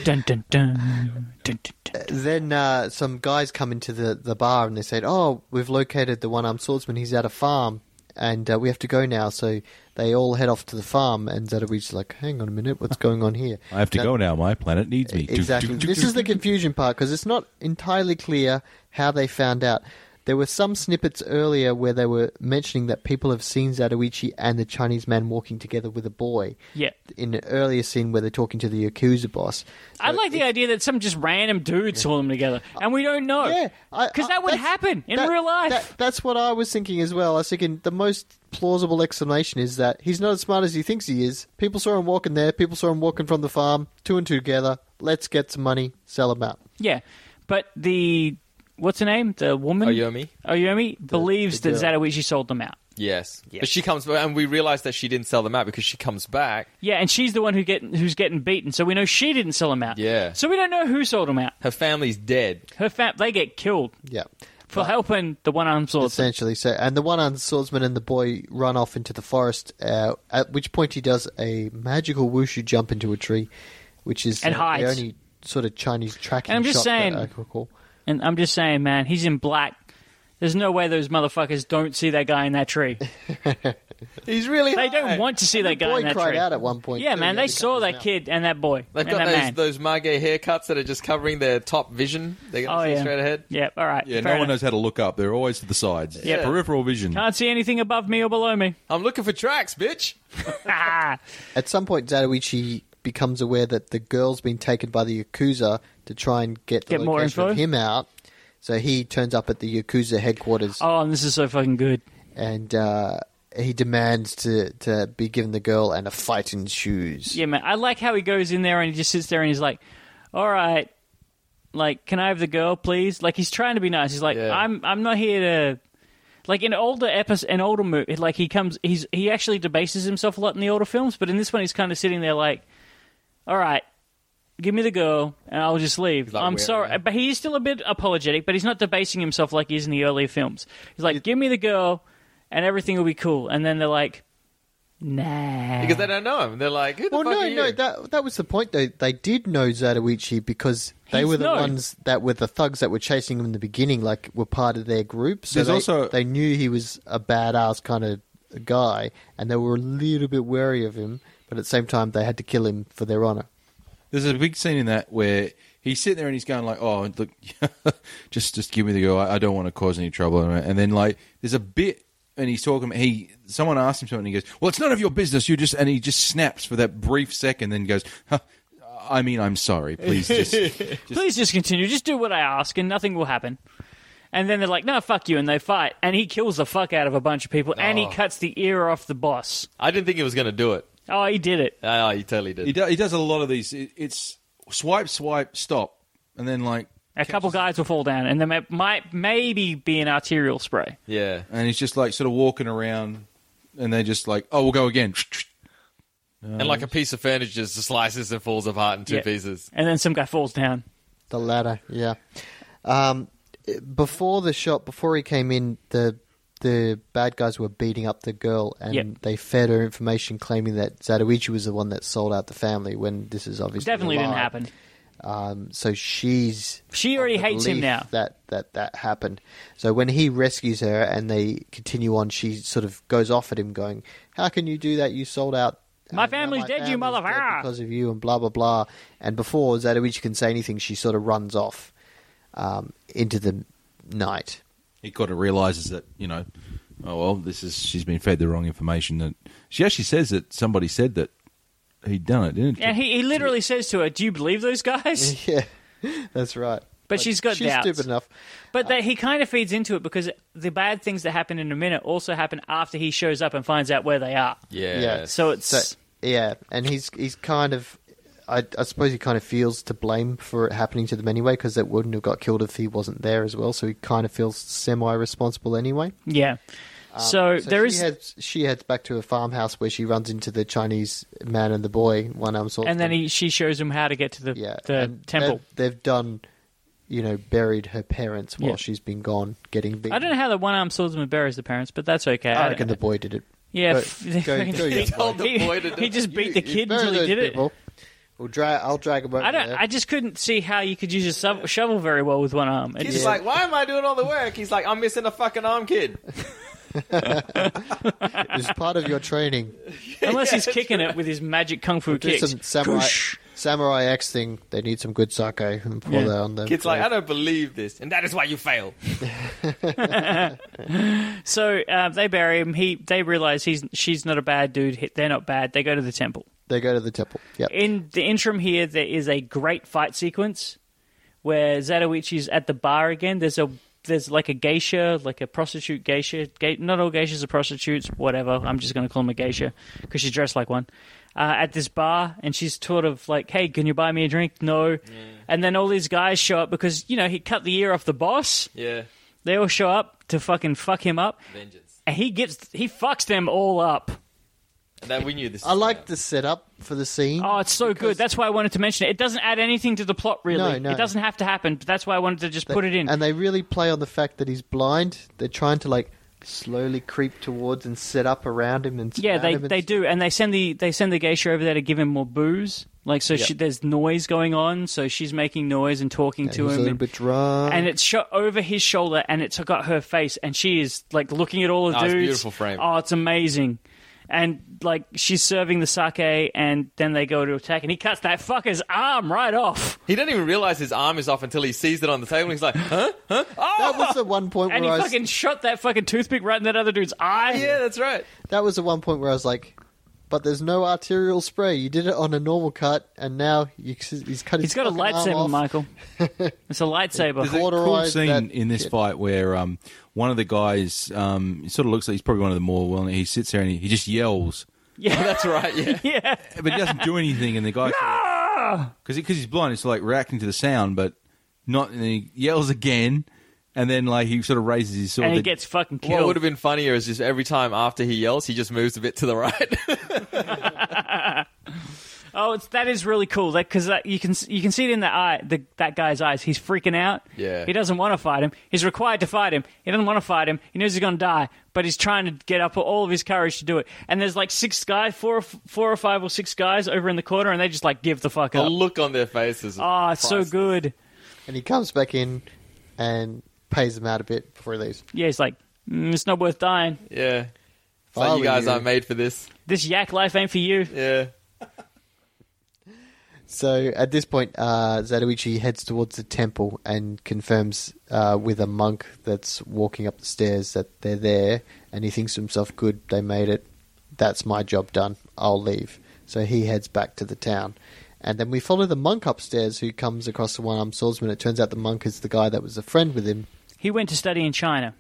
Speaker 4: Dun dun dun. Dun, dun, dun.
Speaker 6: then uh, some guys come into the, the bar and they said, "Oh, we've located the one armed swordsman. He's at a farm, and uh, we have to go now." So they all head off to the farm, and Zatoichi's like, "Hang on a minute, what's going on here?"
Speaker 5: I have to go now. My planet needs me.
Speaker 6: Exactly. This is the confusion part because it's not entirely clear how they found out. There were some snippets earlier where they were mentioning that people have seen Zatoichi and the Chinese man walking together with a boy.
Speaker 4: Yeah.
Speaker 6: In an earlier scene where they're talking to the Yakuza boss.
Speaker 4: I like the idea that some just random dude saw them together, and we don't know.
Speaker 6: Yeah, I-
Speaker 4: because Oh,
Speaker 6: I-
Speaker 4: that would
Speaker 6: that's-
Speaker 4: happen in
Speaker 6: that-
Speaker 4: real life.
Speaker 6: that- that's what I was thinking as well. I was thinking the most plausible explanation is that he's not as smart as he thinks he is. People saw him walking there. People saw him walking from the farm, two and two together. Let's get some money, sell him out.
Speaker 4: Yeah, but the what's her name? The woman
Speaker 3: Oyomi?
Speaker 4: Oyomi believes
Speaker 6: the
Speaker 4: that
Speaker 6: girl.
Speaker 4: Zatoichi sold them out.
Speaker 3: Yes. But she comes and we realize that she didn't sell them out because she comes back.
Speaker 4: Yeah, and she's the one who get who's getting beaten. So we know she didn't sell them out.
Speaker 3: Yeah.
Speaker 4: So we don't know who sold them out.
Speaker 3: Her family's dead.
Speaker 4: Her fam they get killed
Speaker 6: Yeah.
Speaker 4: for helping the one armed swordsman.
Speaker 6: essentially. So, and the one-armed swordsman and the boy run off into the forest. Uh, at which point, he does a magical wushu jump into a tree, which is
Speaker 4: And
Speaker 6: uh,
Speaker 4: hides.
Speaker 6: the only sort of Chinese tracking.
Speaker 4: And I'm just
Speaker 6: shot
Speaker 4: saying-
Speaker 6: that I could call.
Speaker 4: And I'm just saying, man, he's in black. There's no way those motherfuckers don't see that guy in that tree.
Speaker 3: He's really
Speaker 4: They don't want to see that guy
Speaker 6: boy
Speaker 4: in that
Speaker 6: cried
Speaker 4: tree.
Speaker 6: out at one point.
Speaker 4: yeah,
Speaker 6: too.
Speaker 4: man,
Speaker 6: He
Speaker 4: they
Speaker 6: had to
Speaker 4: saw
Speaker 6: cover
Speaker 4: that
Speaker 6: his mouth.
Speaker 4: kid and that boy.
Speaker 3: They've
Speaker 4: and
Speaker 3: got
Speaker 4: that
Speaker 3: those
Speaker 4: man.
Speaker 3: those Marge haircuts that are just covering their top vision. They
Speaker 4: oh
Speaker 3: are see
Speaker 4: yeah.
Speaker 3: straight ahead.
Speaker 4: Yeah. All right.
Speaker 5: yeah,
Speaker 4: fair
Speaker 5: no one
Speaker 4: enough.
Speaker 5: knows how to look up. They're always to the sides.
Speaker 4: Yeah.
Speaker 5: peripheral vision.
Speaker 4: Can't see anything above me or below me.
Speaker 3: I'm looking for tracks, bitch.
Speaker 4: Ah.
Speaker 6: At some point, Zatoichi becomes aware that the girl's been taken by the yakuza to try and get the
Speaker 4: Get more
Speaker 6: location
Speaker 4: info?
Speaker 6: of him out. So he turns up at the Yakuza headquarters
Speaker 4: Oh, and this is so fucking good.
Speaker 6: and uh, he demands to, to be given the girl and a fight ensues.
Speaker 4: Yeah, man. I like how he goes in there and he just sits there and he's like, "All right, like, can I have the girl, please?" Like he's trying to be nice. He's like,
Speaker 3: Yeah.
Speaker 4: "I'm I'm not here to." Like in older episodes, in older movie, like he comes, he's he actually debases himself a lot in the older films, but in this one, he's kind of sitting there like, "All right, give me the girl, and I'll just leave."
Speaker 3: like,
Speaker 4: I'm
Speaker 3: "We're-
Speaker 4: sorry, but he is still a bit apologetic, but he's not debasing himself like he is in the earlier films. He's like, "Give me the girl, and everything will be cool," and then they're like, "Nah,"
Speaker 3: because they don't know him. They're like, who the
Speaker 6: Well,
Speaker 3: fuck
Speaker 6: no,
Speaker 3: are you?
Speaker 6: no, that that was the point. They they did know Zatoichi because they
Speaker 4: He's
Speaker 6: were the
Speaker 4: known.
Speaker 6: ones that were the thugs that were chasing him in the beginning, like were part of their group. So
Speaker 5: There's
Speaker 6: they,
Speaker 5: also-
Speaker 6: they knew he was a badass kind of guy, and they were a little bit wary of him. But at the same time, they had to kill him for their honor.
Speaker 5: There's a big scene in that where he's sitting there and he's going like, "Oh, look, just just give me the girl. I, I don't want to cause any trouble." And then like, there's a bit, and he's talking. He someone asked him something, and he goes, "Well, it's none of your business." You just and he just snaps for that brief second, then goes, huh, "I mean, I'm sorry. Please just."
Speaker 4: please just continue. Just do what I ask, and nothing will happen. And then they're like, no, fuck you, and they fight, and he kills the fuck out of a bunch of people, and
Speaker 6: Oh.
Speaker 4: he cuts the ear off the boss.
Speaker 3: I didn't think he was going to do it.
Speaker 4: Oh, he did it.
Speaker 3: Oh, he totally did.
Speaker 5: he, do, he does a lot of these. It, it's swipe, swipe, stop, and then like,
Speaker 4: A couple guys will fall down, and there may- might maybe be an arterial spray.
Speaker 3: yeah.
Speaker 5: and he's just like sort of walking around, and they're just like, "Oh, we'll go again."
Speaker 3: and like a piece of furniture just slices and falls apart in two
Speaker 4: Yeah.
Speaker 3: pieces.
Speaker 4: And then some guy falls down.
Speaker 6: The ladder, yeah. Um, before the shot, before he came in, the the bad guys were beating up the girl, and
Speaker 4: Yep.
Speaker 6: they fed her information claiming that Zatoichi was the one that sold out the family. When this is obviously
Speaker 4: Definitely
Speaker 6: a
Speaker 4: didn't
Speaker 6: lie.
Speaker 4: happen.
Speaker 6: Um, so she's
Speaker 4: She already
Speaker 6: of the
Speaker 4: hates him
Speaker 6: belief
Speaker 4: now.
Speaker 6: That that that happened. So when he rescues her and they continue on, she sort of goes off at him, going, "How can you do that? You sold out."
Speaker 4: My
Speaker 6: uh,
Speaker 4: family's dead, you
Speaker 6: family's dead
Speaker 4: motherfucker."
Speaker 6: Because of you and blah blah blah. And before Zatoichi can say anything, she sort of runs off um, into the night.
Speaker 5: he kind of realizes that you know, oh well, this is she's been fed the wrong information. That she actually says that somebody said that he'd done it, didn't
Speaker 4: And he, he literally says to her, do you believe those guys?
Speaker 6: Yeah, that's right.
Speaker 4: But she's got
Speaker 6: she's
Speaker 4: doubts.
Speaker 6: stupid enough.
Speaker 4: But they, he kind of feeds into it because the bad things that happen in a minute also happen after he shows up and finds out where they are.
Speaker 3: Yeah.
Speaker 6: Yeah.
Speaker 4: So it's...
Speaker 6: So, yeah, and he's he's kind of, I, I suppose he kind of feels to blame for it happening to them anyway, because it wouldn't have got killed if he wasn't there as well. So he kind of feels semi-responsible anyway.
Speaker 4: Yeah. so,
Speaker 6: Um, So
Speaker 4: there
Speaker 6: she
Speaker 4: is,
Speaker 6: heads, she heads back to a farmhouse where she runs into the Chinese man and the boy, one arm sort.
Speaker 4: and then he, she shows him how to get to the
Speaker 6: yeah,
Speaker 4: the
Speaker 6: and
Speaker 4: temple.
Speaker 6: They've, they've done, you know, buried her parents while
Speaker 4: Yeah.
Speaker 6: she's been gone, getting beaten.
Speaker 4: I don't know how the one armed swordsman buries the parents, but that's okay.
Speaker 6: I reckon the boy did it.
Speaker 4: yeah,
Speaker 6: Go-
Speaker 4: f-
Speaker 6: go-
Speaker 4: fucking-
Speaker 6: go, young
Speaker 3: told the
Speaker 4: he,
Speaker 3: boy to do
Speaker 4: he
Speaker 3: it.
Speaker 4: just beat
Speaker 6: You-
Speaker 4: the
Speaker 6: you
Speaker 4: kid
Speaker 6: bury
Speaker 4: until he
Speaker 6: those
Speaker 4: did it.
Speaker 6: people. We'll drag. I'll drag him over
Speaker 4: I don't.
Speaker 6: there.
Speaker 4: I just couldn't see how you could use a sub- shovel very well with one arm. It
Speaker 3: He's
Speaker 4: just-
Speaker 3: like, why am I doing all the work? He's like, I'm missing a fucking arm, kid.
Speaker 6: It's part of your training.
Speaker 4: unless he's kicking it with his magic kung fu
Speaker 6: do
Speaker 4: kicks.
Speaker 6: some samurai, samurai X thing. They need some good sake and pour
Speaker 4: Yeah.
Speaker 6: that on them.
Speaker 3: Kid's like, I don't believe this, and that is why you fail.
Speaker 4: So uh, they bury him. He they realize he's she's not a bad dude. he- They're not bad. They go to the temple.
Speaker 6: they go to the temple. Yep.
Speaker 4: In the interim here, there is a great fight sequence where Zatoichi's at the bar again. There's a there's like a geisha, like a prostitute geisha. Ge- not all geishas are prostitutes, whatever. I'm just going to call them a geisha because she's dressed like one. Uh, at this bar, and she's sort of like, "Hey, can you buy me a drink?" No, and then all these guys show up because you know he cut the ear off the boss.
Speaker 3: Yeah.
Speaker 4: They all show up to fucking fuck him up,
Speaker 3: Vengeance.
Speaker 4: and he gets he fucks them all up.
Speaker 3: That we knew this.
Speaker 6: I like the setup for the scene.
Speaker 4: Oh, it's so good. That's why I wanted to mention it. It doesn't add anything to the plot, really.
Speaker 6: No, no.
Speaker 4: It doesn't have to happen, but that's why I wanted to just put it in.
Speaker 6: And they really play on the fact that he's blind. They're trying to like slowly creep towards and set up around him and
Speaker 4: yeah,
Speaker 6: surround
Speaker 4: they,
Speaker 6: him and
Speaker 4: they
Speaker 6: s-
Speaker 4: do, and they send the they send the geisha over there to give him more booze. Like so, she, there's noise going on, so she's making noise and talking to
Speaker 6: He's a
Speaker 4: him,
Speaker 6: little
Speaker 4: and,
Speaker 6: bit drunk.
Speaker 4: and it's shot over his shoulder, and it's got her face, and she is like looking at all the
Speaker 3: Oh, it's
Speaker 4: dudes.
Speaker 3: beautiful frame.
Speaker 4: Oh, it's amazing, and like she's serving the sake, and then they go to attack, and he cuts that fucker's arm right off.
Speaker 3: He didn't even realize his arm is off until he sees it on the table. and He's like, huh?
Speaker 6: that was the one point
Speaker 4: And
Speaker 6: where I
Speaker 4: he
Speaker 6: was,
Speaker 4: fucking shot that fucking toothpick right in that other dude's eye.
Speaker 3: Yeah, that's right.
Speaker 6: that was the one point where I was like, but there's no arterial spray. You did it on a normal cut, and now you, he's cut
Speaker 4: He's
Speaker 6: his.
Speaker 4: got a
Speaker 6: fucking arm
Speaker 4: lightsaber,
Speaker 6: off.
Speaker 4: Michael. It's a lightsaber.
Speaker 6: There's a
Speaker 5: cool
Speaker 6: Cauterize
Speaker 5: scene
Speaker 6: that
Speaker 5: in this
Speaker 6: shit.
Speaker 5: fight where um, one of the guys um, he sort of looks like he's probably one of the more well. He sits there and he, he just yells,
Speaker 4: yeah,
Speaker 3: That's right. Yeah.
Speaker 4: yeah.
Speaker 5: but he doesn't do anything. And the guy,
Speaker 4: Ah!
Speaker 5: because because he's blind, it's like reacting to the sound, but not. And he yells again, and then like he sort of raises his sword.
Speaker 4: And he
Speaker 5: The-
Speaker 4: gets fucking
Speaker 3: What would
Speaker 4: killed.
Speaker 3: have been funnier is just every time after he yells, he just moves a bit to the right.
Speaker 4: Oh, it's, that is really cool. That because you can s- you can see it in the eye the, that guy's eyes. He's freaking out.
Speaker 3: Yeah.
Speaker 4: He doesn't want to fight him. He's required to fight him. He doesn't want to fight him. He knows he's gonna die, but he's trying to get up all of his courage to do it. And there's like six guys, four or f- four or five or six guys over in the corner, and they just like give the fuck
Speaker 3: the
Speaker 4: up.
Speaker 3: look on their faces.
Speaker 6: Ah,
Speaker 4: Oh, it's so good.
Speaker 6: And he comes back in and pays him out a bit before he leaves.
Speaker 4: Yeah, he's like, mm, it's not worth dying.
Speaker 3: Yeah. It's
Speaker 6: If I
Speaker 3: like you
Speaker 6: were
Speaker 3: guys
Speaker 6: you.
Speaker 3: aren't made for this.
Speaker 4: This yak life ain't for you.
Speaker 3: Yeah.
Speaker 6: So at this point, uh, Zatoichi heads towards the temple and confirms uh, with a monk that's walking up the stairs that they're there. And he thinks to himself, good, they made it. That's my job done. I'll leave. So he heads back to the town. And then we follow the monk upstairs who comes across the one armed swordsman. It turns out the monk is the guy that was a friend with him.
Speaker 4: He went to study in China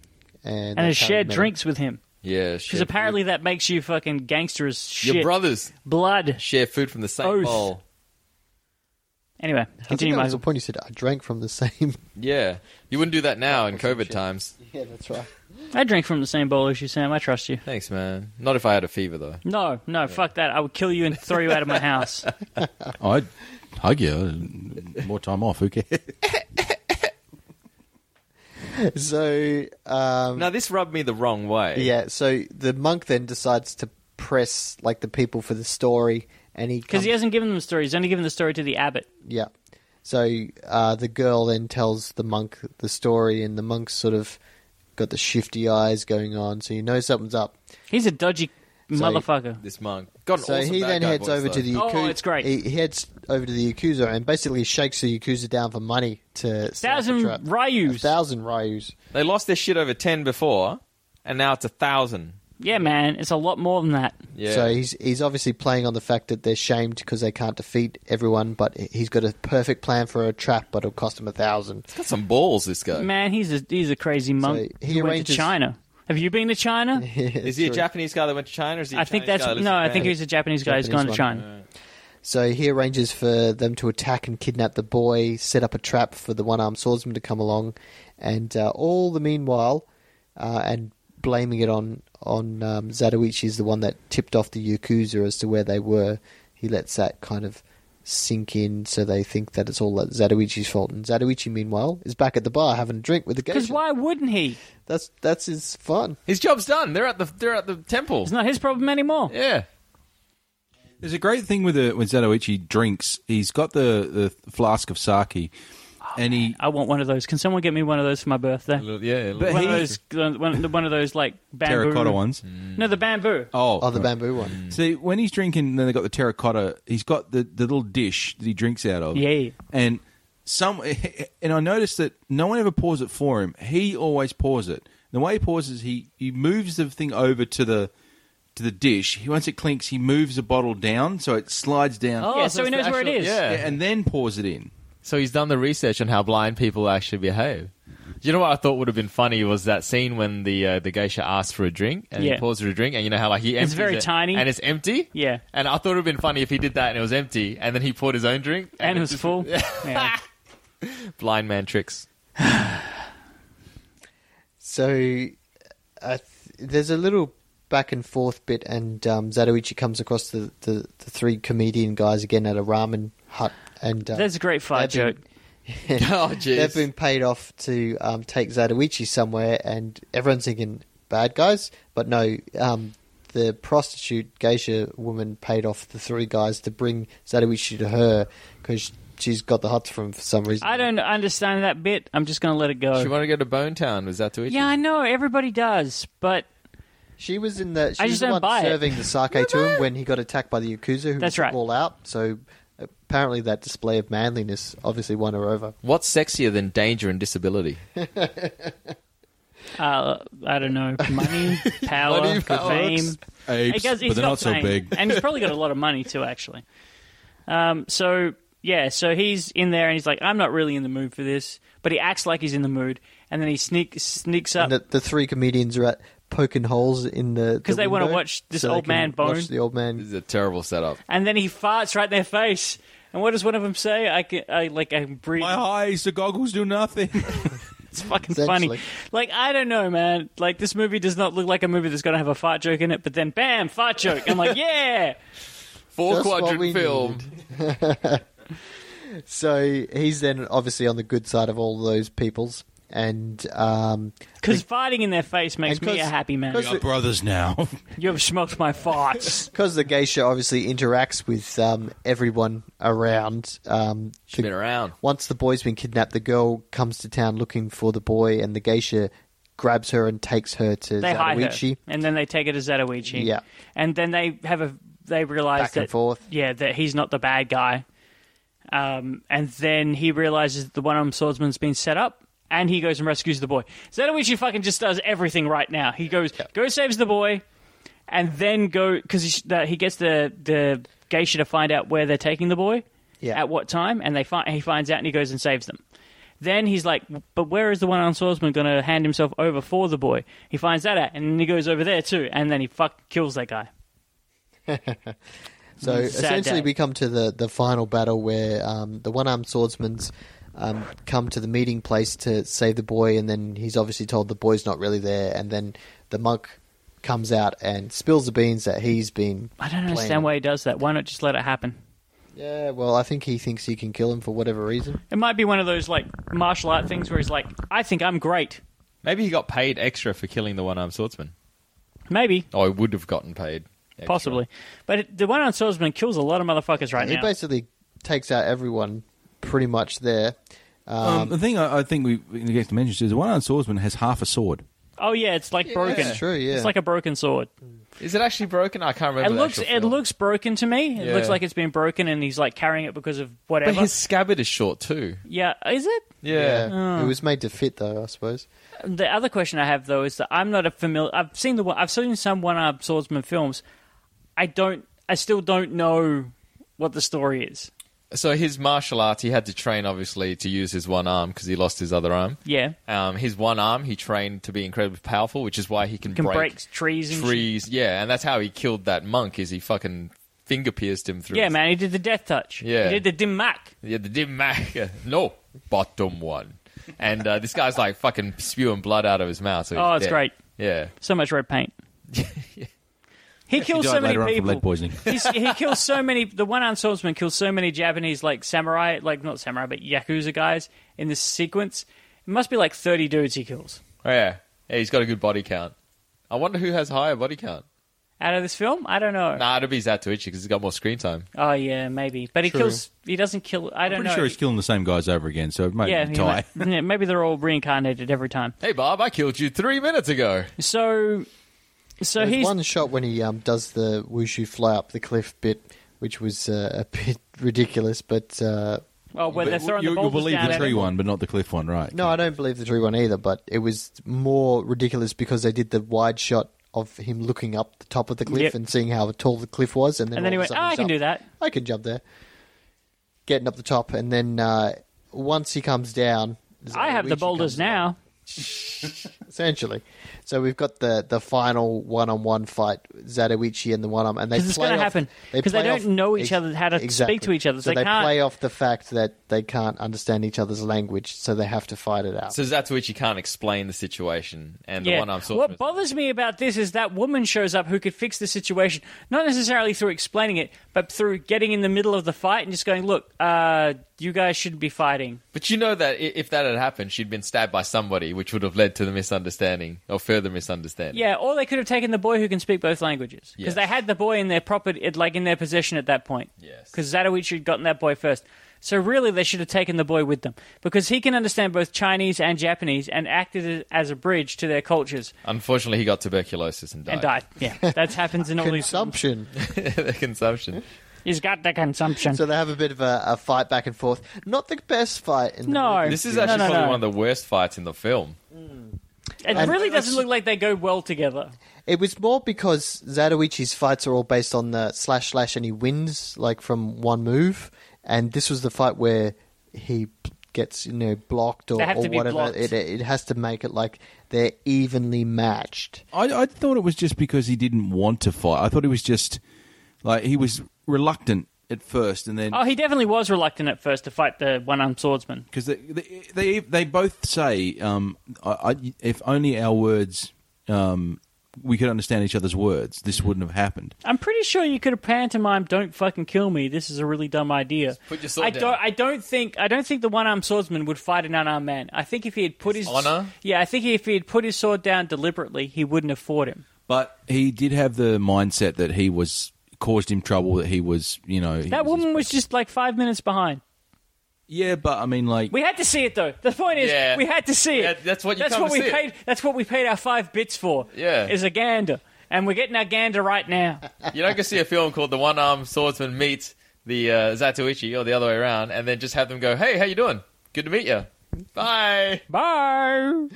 Speaker 4: and
Speaker 6: And,
Speaker 4: has
Speaker 6: that's how he
Speaker 4: shared
Speaker 6: met him.
Speaker 4: drinks with him
Speaker 3: Yeah.
Speaker 4: because apparently that makes you fucking gangster as shit.
Speaker 3: your brothers
Speaker 4: Blood.
Speaker 3: share food from the same
Speaker 4: Oath.
Speaker 3: bowl.
Speaker 4: Anyway,
Speaker 6: I think
Speaker 4: continue,
Speaker 6: that was the
Speaker 4: Michael.
Speaker 6: point you said, I drank from the same.
Speaker 3: Yeah. You wouldn't do that now in COVID times.
Speaker 6: yeah, that's right.
Speaker 4: I drink from the same bowl as you, Sam. I trust you.
Speaker 3: Thanks, man. Not if I had a fever, though.
Speaker 4: No, no, fuck that. I would kill you and throw you out of my house.
Speaker 5: I'd hug you. More time off. Who cares?
Speaker 6: So um,
Speaker 3: Now, this rubbed me the wrong way.
Speaker 6: yeah, so the monk then decides to press like the people for the story, and he
Speaker 4: Because
Speaker 6: comes,
Speaker 4: he hasn't given them the story. He's only given the story to the abbot.
Speaker 6: yeah. So uh, the girl then tells the monk the story, and the monk's sort of got the shifty eyes going on, so you know something's up.
Speaker 4: He's a dodgy motherfucker.
Speaker 3: This monk. Got an
Speaker 6: So
Speaker 3: awesome
Speaker 6: he
Speaker 3: bad
Speaker 6: then
Speaker 3: guy
Speaker 6: heads
Speaker 3: voice,
Speaker 6: over
Speaker 3: though.
Speaker 6: to the
Speaker 4: Oh,
Speaker 6: Yakuza.
Speaker 4: it's great.
Speaker 6: He, he heads over to the Yakuza and basically shakes the Yakuza down for money to
Speaker 4: Thousand Ryus.
Speaker 6: A thousand Ryus.
Speaker 3: They lost their shit over 10 before, and now it's a 1,000.
Speaker 4: Yeah, man, it's a lot more than that.
Speaker 3: Yeah.
Speaker 6: So he's he's obviously playing on the fact that they're shamed because they can't defeat everyone, but he's got a perfect plan for a trap, but it'll cost him a thousand.
Speaker 3: got some balls, this guy.
Speaker 4: Man, he's a he's a crazy monk.
Speaker 6: he
Speaker 4: who went to
Speaker 6: arranges-
Speaker 4: China. Have you been to China?
Speaker 3: Is he a Japanese guy that went to China? Or is he a
Speaker 4: I think
Speaker 3: Chinese
Speaker 4: that's
Speaker 3: guy that lives
Speaker 4: no.
Speaker 3: in
Speaker 4: I
Speaker 3: Japan?
Speaker 4: think he's a Japanese guy who's
Speaker 6: Japanese
Speaker 4: gone to
Speaker 6: one.
Speaker 4: China.
Speaker 6: So he arranges for them to attack and kidnap the boy, set up a trap for the one-armed swordsman to come along, and uh, all the meanwhile, uh, and blaming it on on um, Zatoichi is the one that tipped off the Yakuza as to where they were. He lets that kind of sink in, so they think that it's all Zatoichi's fault. And Zatoichi, meanwhile, is back at the bar having a drink with the
Speaker 4: Because
Speaker 6: geisha.
Speaker 4: why wouldn't he?
Speaker 6: That's that's his fun.
Speaker 3: His job's done. They're at the they're at the temple.
Speaker 4: It's not his problem anymore.
Speaker 3: yeah.
Speaker 5: There's a great thing with the, when Zatoichi drinks. He's got the, the flask of sake,
Speaker 4: Oh,
Speaker 5: and he
Speaker 4: I want one of those. Can someone get me one of those for my birthday?
Speaker 3: yeah.
Speaker 5: But-
Speaker 4: one
Speaker 5: he-
Speaker 4: of those, one, one of those like bamboo Mm.
Speaker 5: terracotta ones.
Speaker 4: No, the bamboo.
Speaker 5: Oh,
Speaker 6: Oh, the
Speaker 5: right.
Speaker 6: bamboo one.
Speaker 5: See, when he's drinking, then they got the terracotta. He's got the, the little dish that he drinks out of.
Speaker 4: Yeah.
Speaker 5: And some, and I noticed that no one ever pours it for him. He always pours it. The way he pours is he he moves the thing over to the to the dish. He once it clinks, he moves the bottle down so it slides down.
Speaker 4: Oh, so he knows where it is.
Speaker 5: Yeah,
Speaker 3: Yeah.
Speaker 5: and then pours it in.
Speaker 3: So he's done the research on how blind people actually behave. You know what I thought would have been funny was that scene when the uh, the geisha asked for a drink and
Speaker 4: Yeah.
Speaker 3: he pours her a drink and you know how like he
Speaker 4: It's
Speaker 3: empties
Speaker 4: very
Speaker 3: it
Speaker 4: tiny.
Speaker 3: and it's empty.
Speaker 4: Yeah.
Speaker 3: And I thought it would have been funny if he did that and it was empty and then he poured his own drink
Speaker 4: And it was
Speaker 3: just-
Speaker 4: full. Yeah.
Speaker 3: blind man tricks.
Speaker 6: So uh, th- there's a little back and forth bit, and um, Zatoichi comes across the, the, the three comedian guys again at a ramen hut, and um,
Speaker 4: That's a great fart
Speaker 6: they've been-
Speaker 4: joke.
Speaker 3: oh
Speaker 6: They've
Speaker 3: jeez.
Speaker 6: been paid off to um, take Zatoichi somewhere, and everyone's thinking bad guys, but no. Um, the prostitute geisha woman paid off the three guys to bring Zatoichi to her because she's got the hots for him for some reason.
Speaker 4: I don't understand that bit. I'm just going to let it
Speaker 3: She
Speaker 4: go.
Speaker 3: wanted to go to Bone Town. Was that to it?
Speaker 4: Yeah, I know. Everybody does. But
Speaker 6: She was in the. She
Speaker 4: I
Speaker 6: was
Speaker 4: just
Speaker 6: the
Speaker 4: don't
Speaker 6: one
Speaker 4: buy it.
Speaker 6: serving the sake to him when he got attacked by the yakuza, who
Speaker 4: That's
Speaker 6: took
Speaker 4: right.
Speaker 6: all out. So apparently, that display of manliness obviously won her over.
Speaker 3: What's sexier than danger and disability?
Speaker 4: uh, I don't know. Money, power,
Speaker 3: Money, power.
Speaker 4: fame.
Speaker 5: Apes,
Speaker 4: He goes- he's
Speaker 5: but they're
Speaker 4: got
Speaker 5: not so
Speaker 4: fame.
Speaker 5: big.
Speaker 4: and he's probably got a lot of money too, actually. Um, so yeah, so he's in there and he's like, "I'm not really in the mood for this," but he acts like he's in the mood, and then he sneak sneaks up.
Speaker 6: And the, the three comedians are at poking holes in the because
Speaker 4: they wanna watch this old man bone.
Speaker 6: Watch the old
Speaker 3: This
Speaker 6: man.
Speaker 3: is a terrible setup.
Speaker 4: and then he farts right in their face. And what does one of them say? I, can, I like I breathe.
Speaker 5: My eyes, the goggles do nothing.
Speaker 4: It's fucking
Speaker 6: Essentially.
Speaker 4: funny. Like I don't know, man. Like this movie does not look like a movie that's gonna have a fart joke in it. But then, bam, fart joke. I'm like, yeah.
Speaker 3: Four
Speaker 6: Just what we
Speaker 3: quadrant film.
Speaker 6: So he's then obviously on the good side of all those peoples, and um,
Speaker 4: Because farting in their face makes
Speaker 6: And
Speaker 4: me a
Speaker 6: 'cause-
Speaker 4: happy man.
Speaker 6: 'cause-
Speaker 5: brothers now.
Speaker 4: You have smoked my farts.
Speaker 6: because the geisha obviously interacts with um, everyone around. Um,
Speaker 3: She's been around.
Speaker 6: Once the boy's been kidnapped, the girl comes to town looking for the boy, and the geisha grabs her and takes her to
Speaker 4: They hide her,
Speaker 6: Zatoichi.
Speaker 4: and then they take it to Zatoichi.
Speaker 6: Yeah.
Speaker 4: and then they have a they realize
Speaker 6: Back
Speaker 4: that
Speaker 6: and forth.
Speaker 4: yeah that he's not the bad guy. Um, and then he realizes that the one armed swordsman's been set up, and he goes and rescues the boy. Zatoichi fucking just does everything right now. He goes go saves the boy, and then go because he, that- he gets the the geisha to find out where they're taking the boy.
Speaker 6: Yeah.
Speaker 4: At what time? And they find he finds out and he goes and saves them. Then he's like, but where is the one armed swordsman going to hand himself over for the boy? He finds that out, and then he goes over there too, and then he fuck kills that guy.
Speaker 6: So
Speaker 4: Sad
Speaker 6: essentially,
Speaker 4: day.
Speaker 6: we come to the, the final battle where um, the one armed swordsman's um, come to the meeting place to save the boy, and then he's obviously told the boy's not really there, and then the monk comes out and spills the beans that he's been.
Speaker 4: I don't
Speaker 6: planning.
Speaker 4: understand why he does that. Why not just let it happen?
Speaker 6: Yeah, well, I think he thinks he can kill him for whatever reason.
Speaker 4: It might be one of those like martial art things where he's like, I think I'm great.
Speaker 3: Maybe he got paid extra for killing the one armed swordsman.
Speaker 4: Maybe,
Speaker 3: Oh, he would have gotten paid. extra.
Speaker 4: possibly, but it, the one armed swordsman kills a lot of motherfuckers right
Speaker 6: He
Speaker 4: now.
Speaker 6: basically takes out everyone pretty much there.
Speaker 5: Um, the thing I, I think we we neglected to mention is the one-armed swordsman has half a sword.
Speaker 4: Oh yeah, it's like broken.
Speaker 6: that's true, yeah.
Speaker 4: It's like a broken sword.
Speaker 3: Is it actually broken? I can't
Speaker 4: It
Speaker 3: remember. the
Speaker 4: looks
Speaker 3: actual
Speaker 4: it
Speaker 3: film.
Speaker 4: looks broken to me. It
Speaker 3: Yeah.
Speaker 4: looks like it's been broken, and he's like carrying it because of whatever.
Speaker 3: But his scabbard is short too.
Speaker 4: yeah, is it?
Speaker 3: Yeah.
Speaker 4: Oh.
Speaker 6: It was made to fit, though, I suppose.
Speaker 4: The other question I have though is that I'm not a familiar. I've seen the one- I've seen some one-armed swordsman films. I don't. I still don't know what the story is.
Speaker 3: So his martial arts, he had to train obviously to use his one arm because he lost his other arm.
Speaker 4: Yeah,
Speaker 3: Um, his one arm, he trained to be incredibly powerful, which is why he can,
Speaker 4: can break, trees and shit.
Speaker 3: trees. Yeah, and that's how he killed that monk. Is he fucking finger pierced him through?
Speaker 4: Yeah,
Speaker 3: his-
Speaker 4: man, he did the death touch.
Speaker 3: Yeah.
Speaker 4: he did the dim mac.
Speaker 3: Yeah, the dim mac. No, bottom one. And uh, this guy's like fucking spewing blood out of his mouth. So he's
Speaker 4: Oh, it's
Speaker 3: dead.
Speaker 4: great.
Speaker 3: Yeah.
Speaker 4: So much red paint. He kills
Speaker 5: He died
Speaker 4: so many
Speaker 5: later on from lead
Speaker 4: people.
Speaker 5: poisoning.
Speaker 4: He's, he kills so many. The one armed swordsman kills so many Japanese, like samurai, like not samurai, but yakuza guys in this sequence. It must be like thirty dudes he kills
Speaker 3: Oh, yeah. Yeah, he's got a good body count. I wonder who has higher body count.
Speaker 4: out of this film. I don't know.
Speaker 3: Nah, it'll be Zatoichi because he's got more screen time.
Speaker 4: Oh yeah, maybe. But he
Speaker 6: True.
Speaker 4: kills. He doesn't kill. I
Speaker 5: I'm
Speaker 4: don't
Speaker 5: pretty
Speaker 4: know.
Speaker 5: sure he's killing the same guys over again, so it might
Speaker 4: yeah, he
Speaker 5: tie.
Speaker 4: might- yeah, maybe they're all reincarnated every time.
Speaker 3: Hey, Bob, I killed you three minutes ago.
Speaker 4: So, so
Speaker 6: There's
Speaker 4: Uh, he's oh,
Speaker 6: one shot when he um, does the wushu fly up the cliff bit, which was uh, a bit ridiculous. But uh,
Speaker 4: oh, when they're throwing
Speaker 5: you,
Speaker 4: the
Speaker 5: will
Speaker 4: boulders
Speaker 5: believe
Speaker 4: down
Speaker 5: the
Speaker 4: at
Speaker 5: tree
Speaker 4: him.
Speaker 5: one, but not the cliff one, right?
Speaker 6: no, I don't believe the three one either. But it was more ridiculous because they did the wide shot of him looking up the top of the cliff
Speaker 4: Yep.
Speaker 6: and seeing how tall the cliff was, and then
Speaker 4: And then he
Speaker 6: all of
Speaker 4: went, oh,
Speaker 6: a sudden
Speaker 4: I
Speaker 6: he's
Speaker 4: can
Speaker 6: up.
Speaker 4: do that.
Speaker 6: I can jump there, getting up the top, and then uh, once he comes down,
Speaker 4: I have the
Speaker 6: Zatoichi
Speaker 4: boulders
Speaker 6: comes down.
Speaker 4: now.
Speaker 6: essentially. So we've got the the final one on one fight, Zatoichi and the one arm, and they
Speaker 4: 'Cause it's
Speaker 6: play
Speaker 4: gonna
Speaker 6: off-
Speaker 4: happen. 'Cause they
Speaker 6: play
Speaker 4: don't know each other- how to speak to each other, so
Speaker 6: So
Speaker 4: they
Speaker 6: they,
Speaker 4: can't-
Speaker 6: play off the fact that they can't understand each other's language, so they have to fight it out.
Speaker 3: So Zatoichi can't explain the situation, and the one I'm sort
Speaker 4: What bothers me about this is that woman shows up who could fix the situation, not necessarily through explaining it, but through getting in the middle of the fight and just going, "Look, uh, you guys shouldn't be fighting."
Speaker 3: But you know that i- if that had happened, she'd been stabbed by somebody, which would have led to the misunderstanding or further misunderstanding.
Speaker 4: Yeah, or they could have taken the boy who can speak both languages because
Speaker 3: Yes.
Speaker 4: they had the boy in their proper, it- like in their possession at that point.
Speaker 3: Yes.
Speaker 4: because Zatoichi had gotten that boy first. So really, they should have taken the boy with them because he can understand both Chinese and Japanese and acted as- as a bridge to their cultures.
Speaker 3: Unfortunately, he got tuberculosis and died.
Speaker 4: And died. Yeah, that happens in all these. films.
Speaker 6: Consumption.
Speaker 3: the consumption.
Speaker 4: He's got the consumption.
Speaker 6: so they have a bit of a, a fight back and forth. Not the best fight in the
Speaker 4: No.
Speaker 6: movie.
Speaker 3: This is
Speaker 4: No,
Speaker 3: actually
Speaker 4: no,
Speaker 3: probably
Speaker 4: no.
Speaker 3: one of the worst fights in the film.
Speaker 4: It
Speaker 6: And-
Speaker 4: really doesn't look like they go well together.
Speaker 6: It was more because Zatoichi's fights are all based on the slash slash and he wins like from one move, and this was the fight where he gets you know blocked or,
Speaker 4: They have
Speaker 6: or
Speaker 4: to be
Speaker 6: whatever.
Speaker 4: blocked.
Speaker 6: It it has to make it like they're evenly matched.
Speaker 5: I, I thought it was just because he didn't want to fight. I thought it was just like he was reluctant at first, and then
Speaker 4: Oh, he definitely was reluctant at first to fight the one-armed swordsman.
Speaker 5: because they, they they they both say, um, I, I, if only our words, um, we could understand each other's words, this
Speaker 4: Mm-hmm.
Speaker 5: wouldn't have happened.
Speaker 4: I'm pretty sure you could have pantomimed "Don't fucking kill me. This is a really dumb idea."
Speaker 3: put your sword
Speaker 4: I
Speaker 3: down.
Speaker 4: don't. I don't think. I don't think the one-armed swordsman would fight an unarmed man. I think if he had put his,
Speaker 3: honor?
Speaker 4: yeah, I think if he had put his sword down deliberately, he wouldn't have fought him.
Speaker 5: But he did have the mindset that he was caused him trouble. That he was, you know, he
Speaker 4: That
Speaker 5: was-
Speaker 4: woman was just like five minutes behind.
Speaker 5: Yeah, but I mean, like,
Speaker 4: We had to see it though. The point is,
Speaker 3: Yeah.
Speaker 4: we had to see
Speaker 3: Yeah,
Speaker 4: it.
Speaker 3: that's what you
Speaker 4: that's
Speaker 3: come
Speaker 4: what
Speaker 3: to
Speaker 4: we
Speaker 3: see it.
Speaker 4: paid. That's what we paid our five bits for.
Speaker 3: Yeah.
Speaker 4: is a gander, and we're getting our gander right now.
Speaker 3: You don't go see a film called The One Armed Swordsman meets the uh, Zatoichi or the other way around, and then just have them go, "Hey, how you doing? Good to meet you. Bye."
Speaker 4: Bye.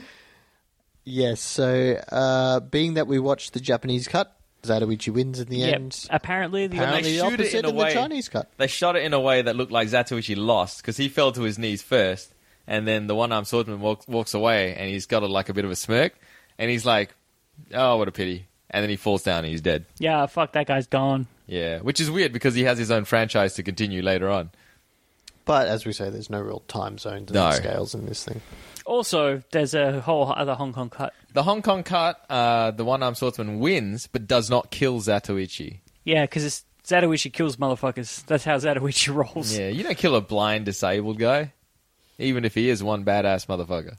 Speaker 6: Yes, so uh, being that we watched the Japanese cut, Zatoichi wins in the
Speaker 4: Yep.
Speaker 6: end.
Speaker 4: Apparently, the
Speaker 3: Apparently-
Speaker 6: Apparently the
Speaker 3: shoot it
Speaker 6: opposite
Speaker 3: in a
Speaker 6: in the
Speaker 3: way.
Speaker 6: Chinese cut.
Speaker 3: They shot it in a way that looked like Zatoichi lost because he fell to his knees first, and then the one armed swordsman walks, walks away, and he's got a, like a bit of a smirk, and he's like, "Oh, what a pity." And then he falls down and he's dead.
Speaker 4: yeah, fuck that guy's gone.
Speaker 3: Yeah, which is weird because he has his own franchise to continue later on.
Speaker 6: But as we say, there's no real time zones and
Speaker 3: No.
Speaker 6: scales in this thing.
Speaker 4: Also, there's a whole other Hong Kong cut.
Speaker 3: The Hong Kong cut, uh, the one armed swordsman wins but does not kill Zatoichi.
Speaker 4: Yeah, because it's Zatoichi kills motherfuckers. That's how Zatoichi rolls.
Speaker 3: Yeah, you don't kill a blind, disabled guy, even if he is one badass motherfucker.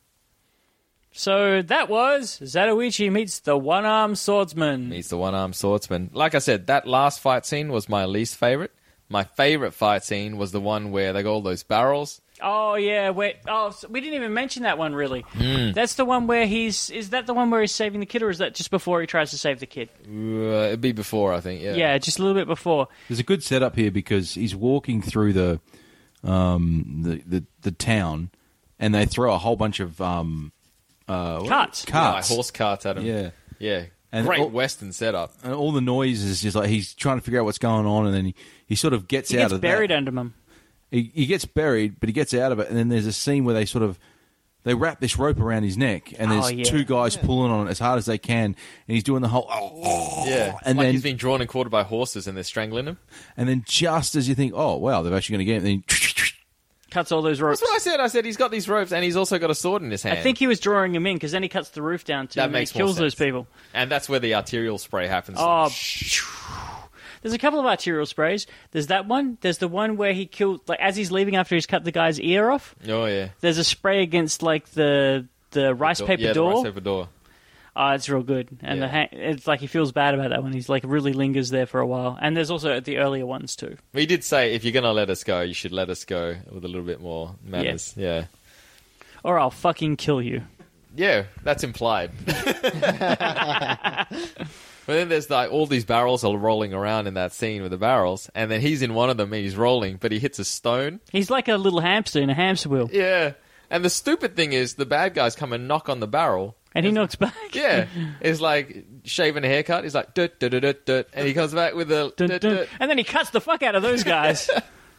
Speaker 4: So that was Zatoichi meets the one armed swordsman.
Speaker 3: He's the one armed swordsman. Like I said, that last fight scene was my least favorite. My favorite fight scene was the one where they got all those barrels.
Speaker 4: Oh yeah, wait. Oh, so we didn't even mention that one really. That's the one where he's. Is that the one where he's saving the kid, or is that just before he tries to save the kid?
Speaker 3: Uh, it'd be before, I think. Yeah.
Speaker 4: Yeah, just a little bit before.
Speaker 5: There's a good setup here because he's walking through the um, the, the the town, and they throw a whole bunch of um, uh, what-
Speaker 4: Cuts.
Speaker 3: Yeah,
Speaker 5: carts.
Speaker 3: like horse carts at him.
Speaker 5: Yeah.
Speaker 3: Yeah.
Speaker 5: And
Speaker 3: Great
Speaker 5: all-
Speaker 3: Western setup.
Speaker 5: and all the noise is just like he's trying to figure out what's going on, and then he, he sort of gets
Speaker 4: He
Speaker 5: out
Speaker 4: gets
Speaker 5: of
Speaker 4: buried
Speaker 5: that.
Speaker 4: under him.
Speaker 5: He, he gets buried, but he gets out of it, and then there's a scene where they sort of they wrap this rope around his neck, and there's
Speaker 4: Oh, yeah.
Speaker 5: two guys pulling on it as hard as they can, and he's doing the whole oh, oh,
Speaker 3: Yeah.
Speaker 5: and
Speaker 3: like
Speaker 5: then
Speaker 3: he's being drawn and quartered by horses and they're strangling him.
Speaker 5: and then just as you think, oh wow, they're actually going to get him, then
Speaker 4: Cuts all those ropes.
Speaker 3: That's what I said. I said he's got these ropes and he's also got a sword in his hand.
Speaker 4: I think he was drawing him in because then he cuts the roof down too
Speaker 3: That
Speaker 4: and then he
Speaker 3: makes more
Speaker 4: kills those
Speaker 3: sense.
Speaker 4: people.
Speaker 3: And that's where the arterial spray happens.
Speaker 4: Oh, there's a couple of arterial sprays. There's that one. There's the one where he killed, like, as he's leaving after he's cut the guy's ear off.
Speaker 3: Oh, yeah.
Speaker 4: There's a spray against like the the rice
Speaker 3: Door-
Speaker 4: paper
Speaker 3: yeah, the
Speaker 4: door.
Speaker 3: rice paper door.
Speaker 4: Oh, it's real good, and the
Speaker 3: Yeah.
Speaker 4: hang- it's like he feels bad about that one. He's like really lingers there for a while, and there's also the earlier ones too.
Speaker 3: He did say, if you're going to let us go, you should let us go with a little bit more manners. Yeah.
Speaker 4: Or I'll fucking kill you.
Speaker 3: Yeah, that's implied. but then there's like all these barrels are rolling around in that scene with the barrels, and then he's in one of them and he's rolling, but he hits a stone.
Speaker 4: He's like a little hamster in a hamster wheel,
Speaker 3: Yeah. And the stupid thing is, the bad guys come and knock on the barrel.
Speaker 4: and he knocks back.
Speaker 3: Yeah, it's like shaving a haircut. He's like, dirt, dirt, dirt, dirt, and he comes back with a
Speaker 4: Dun,
Speaker 3: dirt,
Speaker 4: dun.
Speaker 3: dirt.
Speaker 4: And then he cuts the fuck out of those guys.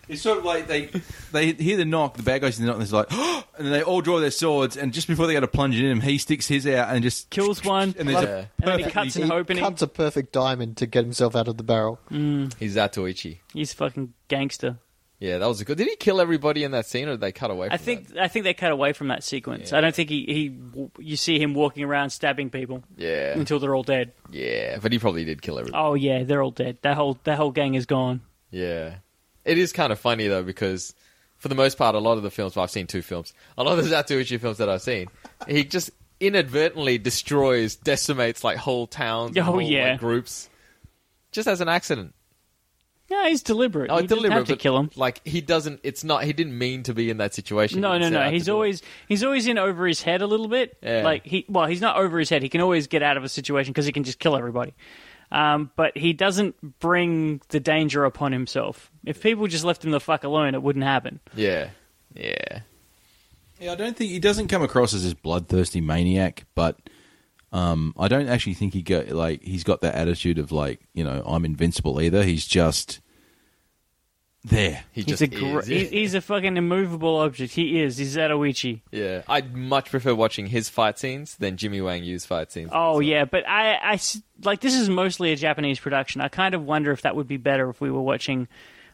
Speaker 5: It's sort of like they they hear the knock, the bad guys hear the knock, and they're like, and then they all draw their swords, and just before they go to plunge in him, he sticks his out and just
Speaker 4: Kills one.
Speaker 5: And there's a
Speaker 4: And then he
Speaker 5: perfectly-
Speaker 4: cuts
Speaker 6: He
Speaker 4: an opening.
Speaker 6: cuts a perfect diamond to get himself out of the barrel.
Speaker 3: He's Zatoichi.
Speaker 4: He's fucking gangster.
Speaker 3: Yeah, that was a good. Did he kill everybody in that scene, or did they cut away? From
Speaker 4: I think I think they cut away from that sequence. I don't think he, he you see him walking around stabbing people
Speaker 3: that? Yeah,
Speaker 4: until they're all dead.
Speaker 3: yeah, but he probably did kill everybody.
Speaker 4: Oh yeah, they're all dead. That whole that whole gang is gone.
Speaker 3: Yeah. It is kind of funny though because for the most part a lot of the films well, I've seen two films. A lot of the Zatoichi films that I've seen, he just inadvertently destroys, decimates like whole towns, and
Speaker 4: Oh,
Speaker 3: whole,
Speaker 4: yeah.
Speaker 3: like, groups. Just as an accident.
Speaker 4: No, he's deliberate.
Speaker 3: Oh,
Speaker 4: you didn't
Speaker 3: deliberate,
Speaker 4: have to
Speaker 3: but,
Speaker 4: kill him.
Speaker 3: Like he doesn't it's not he didn't mean to be in that situation.
Speaker 4: No,
Speaker 3: He
Speaker 4: no,
Speaker 3: set out
Speaker 4: no.
Speaker 3: to
Speaker 4: He's
Speaker 3: do it.
Speaker 4: always he's always in over his head a little bit.
Speaker 3: Yeah.
Speaker 4: Like he, well, he's not over his head. He can always get out of a situation because he can just kill everybody. Um, but he doesn't bring the danger upon himself. If people just left him the fuck alone, it wouldn't happen.
Speaker 3: Yeah. Yeah.
Speaker 5: Yeah, I don't think he doesn't come across as this bloodthirsty maniac, but Um, I don't actually think he go like he's got that attitude of like you know I'm invincible either. He's just there.
Speaker 3: He
Speaker 4: He's
Speaker 3: just
Speaker 4: a gr-
Speaker 3: is.
Speaker 4: he's, he's a fucking immovable object. He is. He's Zatoichi.
Speaker 3: yeah. I'd much prefer watching his fight scenes than Jimmy Wang Yu's fight scenes.
Speaker 4: Oh yeah, but I, I s- like this is mostly a Japanese production. I kind of wonder if that would be better if we were watching,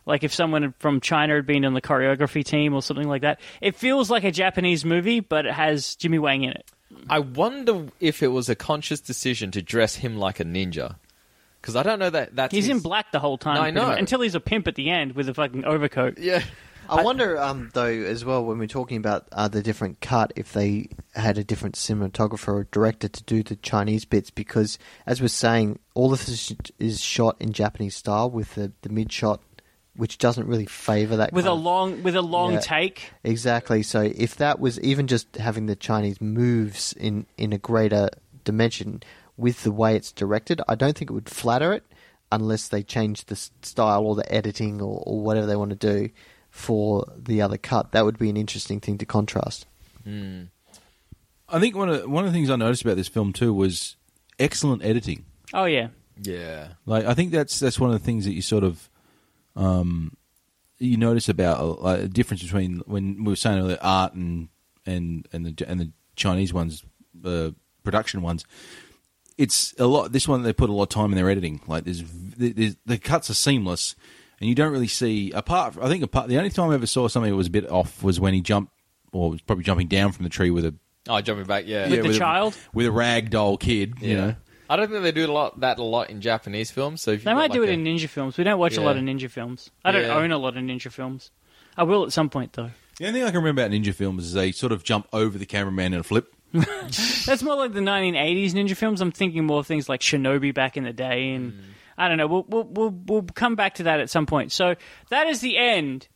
Speaker 4: like if someone from China had been on the choreography team or something like that. It feels like a Japanese movie, but it has Jimmy Wang in it.
Speaker 3: I wonder if it was a conscious decision to dress him like a ninja, because I don't know that that's
Speaker 4: He's
Speaker 3: his-
Speaker 4: in black the whole time.
Speaker 3: I
Speaker 4: pretty
Speaker 3: know.
Speaker 4: much, until he's a pimp at the end with a fucking overcoat.
Speaker 3: Yeah.
Speaker 6: I wonder, um, though, as well, when we're talking about uh, the different cut, if they had a different cinematographer or director to do the Chinese bits, because as we're saying, all of this is shot in Japanese style with the, the mid shot, which doesn't really favour that.
Speaker 4: With a
Speaker 6: kind of-
Speaker 4: long, with a long
Speaker 6: Yeah.
Speaker 4: take,
Speaker 6: Exactly. So if that was even just having the Chinese moves in, in a greater dimension with the way it's directed, I don't think it would flatter it unless they change the s- style or the editing or, or whatever they want to do for the other cut. That would be an interesting thing to contrast.
Speaker 5: I think one of the, one of the things I noticed about this film too was excellent editing.
Speaker 4: oh yeah,
Speaker 3: Yeah.
Speaker 5: Like I think that's that's one of the things that you sort of um, you notice about uh, like, a difference between when we were saying earlier art and and and the and the Chinese ones, uh, production ones. It's a lot. This one they put a lot of time in their editing. Like there's, there's the cuts are seamless, and you don't really see apart. I think apart the only time I ever saw something that was a bit off was when he jumped, or was probably jumping down from the tree with a
Speaker 3: Oh, jumping back. Yeah.
Speaker 4: With the
Speaker 5: with
Speaker 4: child?
Speaker 5: a, with a rag doll kid. You know.
Speaker 3: I don't think they do a lot that a lot in Japanese films. So if
Speaker 4: they
Speaker 3: you've
Speaker 4: might
Speaker 3: got
Speaker 4: do
Speaker 3: like
Speaker 4: it
Speaker 3: a-
Speaker 4: in ninja films. We don't watch a lot
Speaker 3: Yeah.
Speaker 4: of ninja films. I don't
Speaker 3: Yeah.
Speaker 4: own a lot of ninja films. I will at some point though.
Speaker 5: The only thing I can remember about ninja films is they sort of jump over the cameraman in a flip.
Speaker 4: That's more like the 1980s ninja films. I'm thinking more things like Shinobi back in the day, and
Speaker 3: Mm.
Speaker 4: I don't know. We'll, we'll we'll we'll come back to that at some point. So that is the end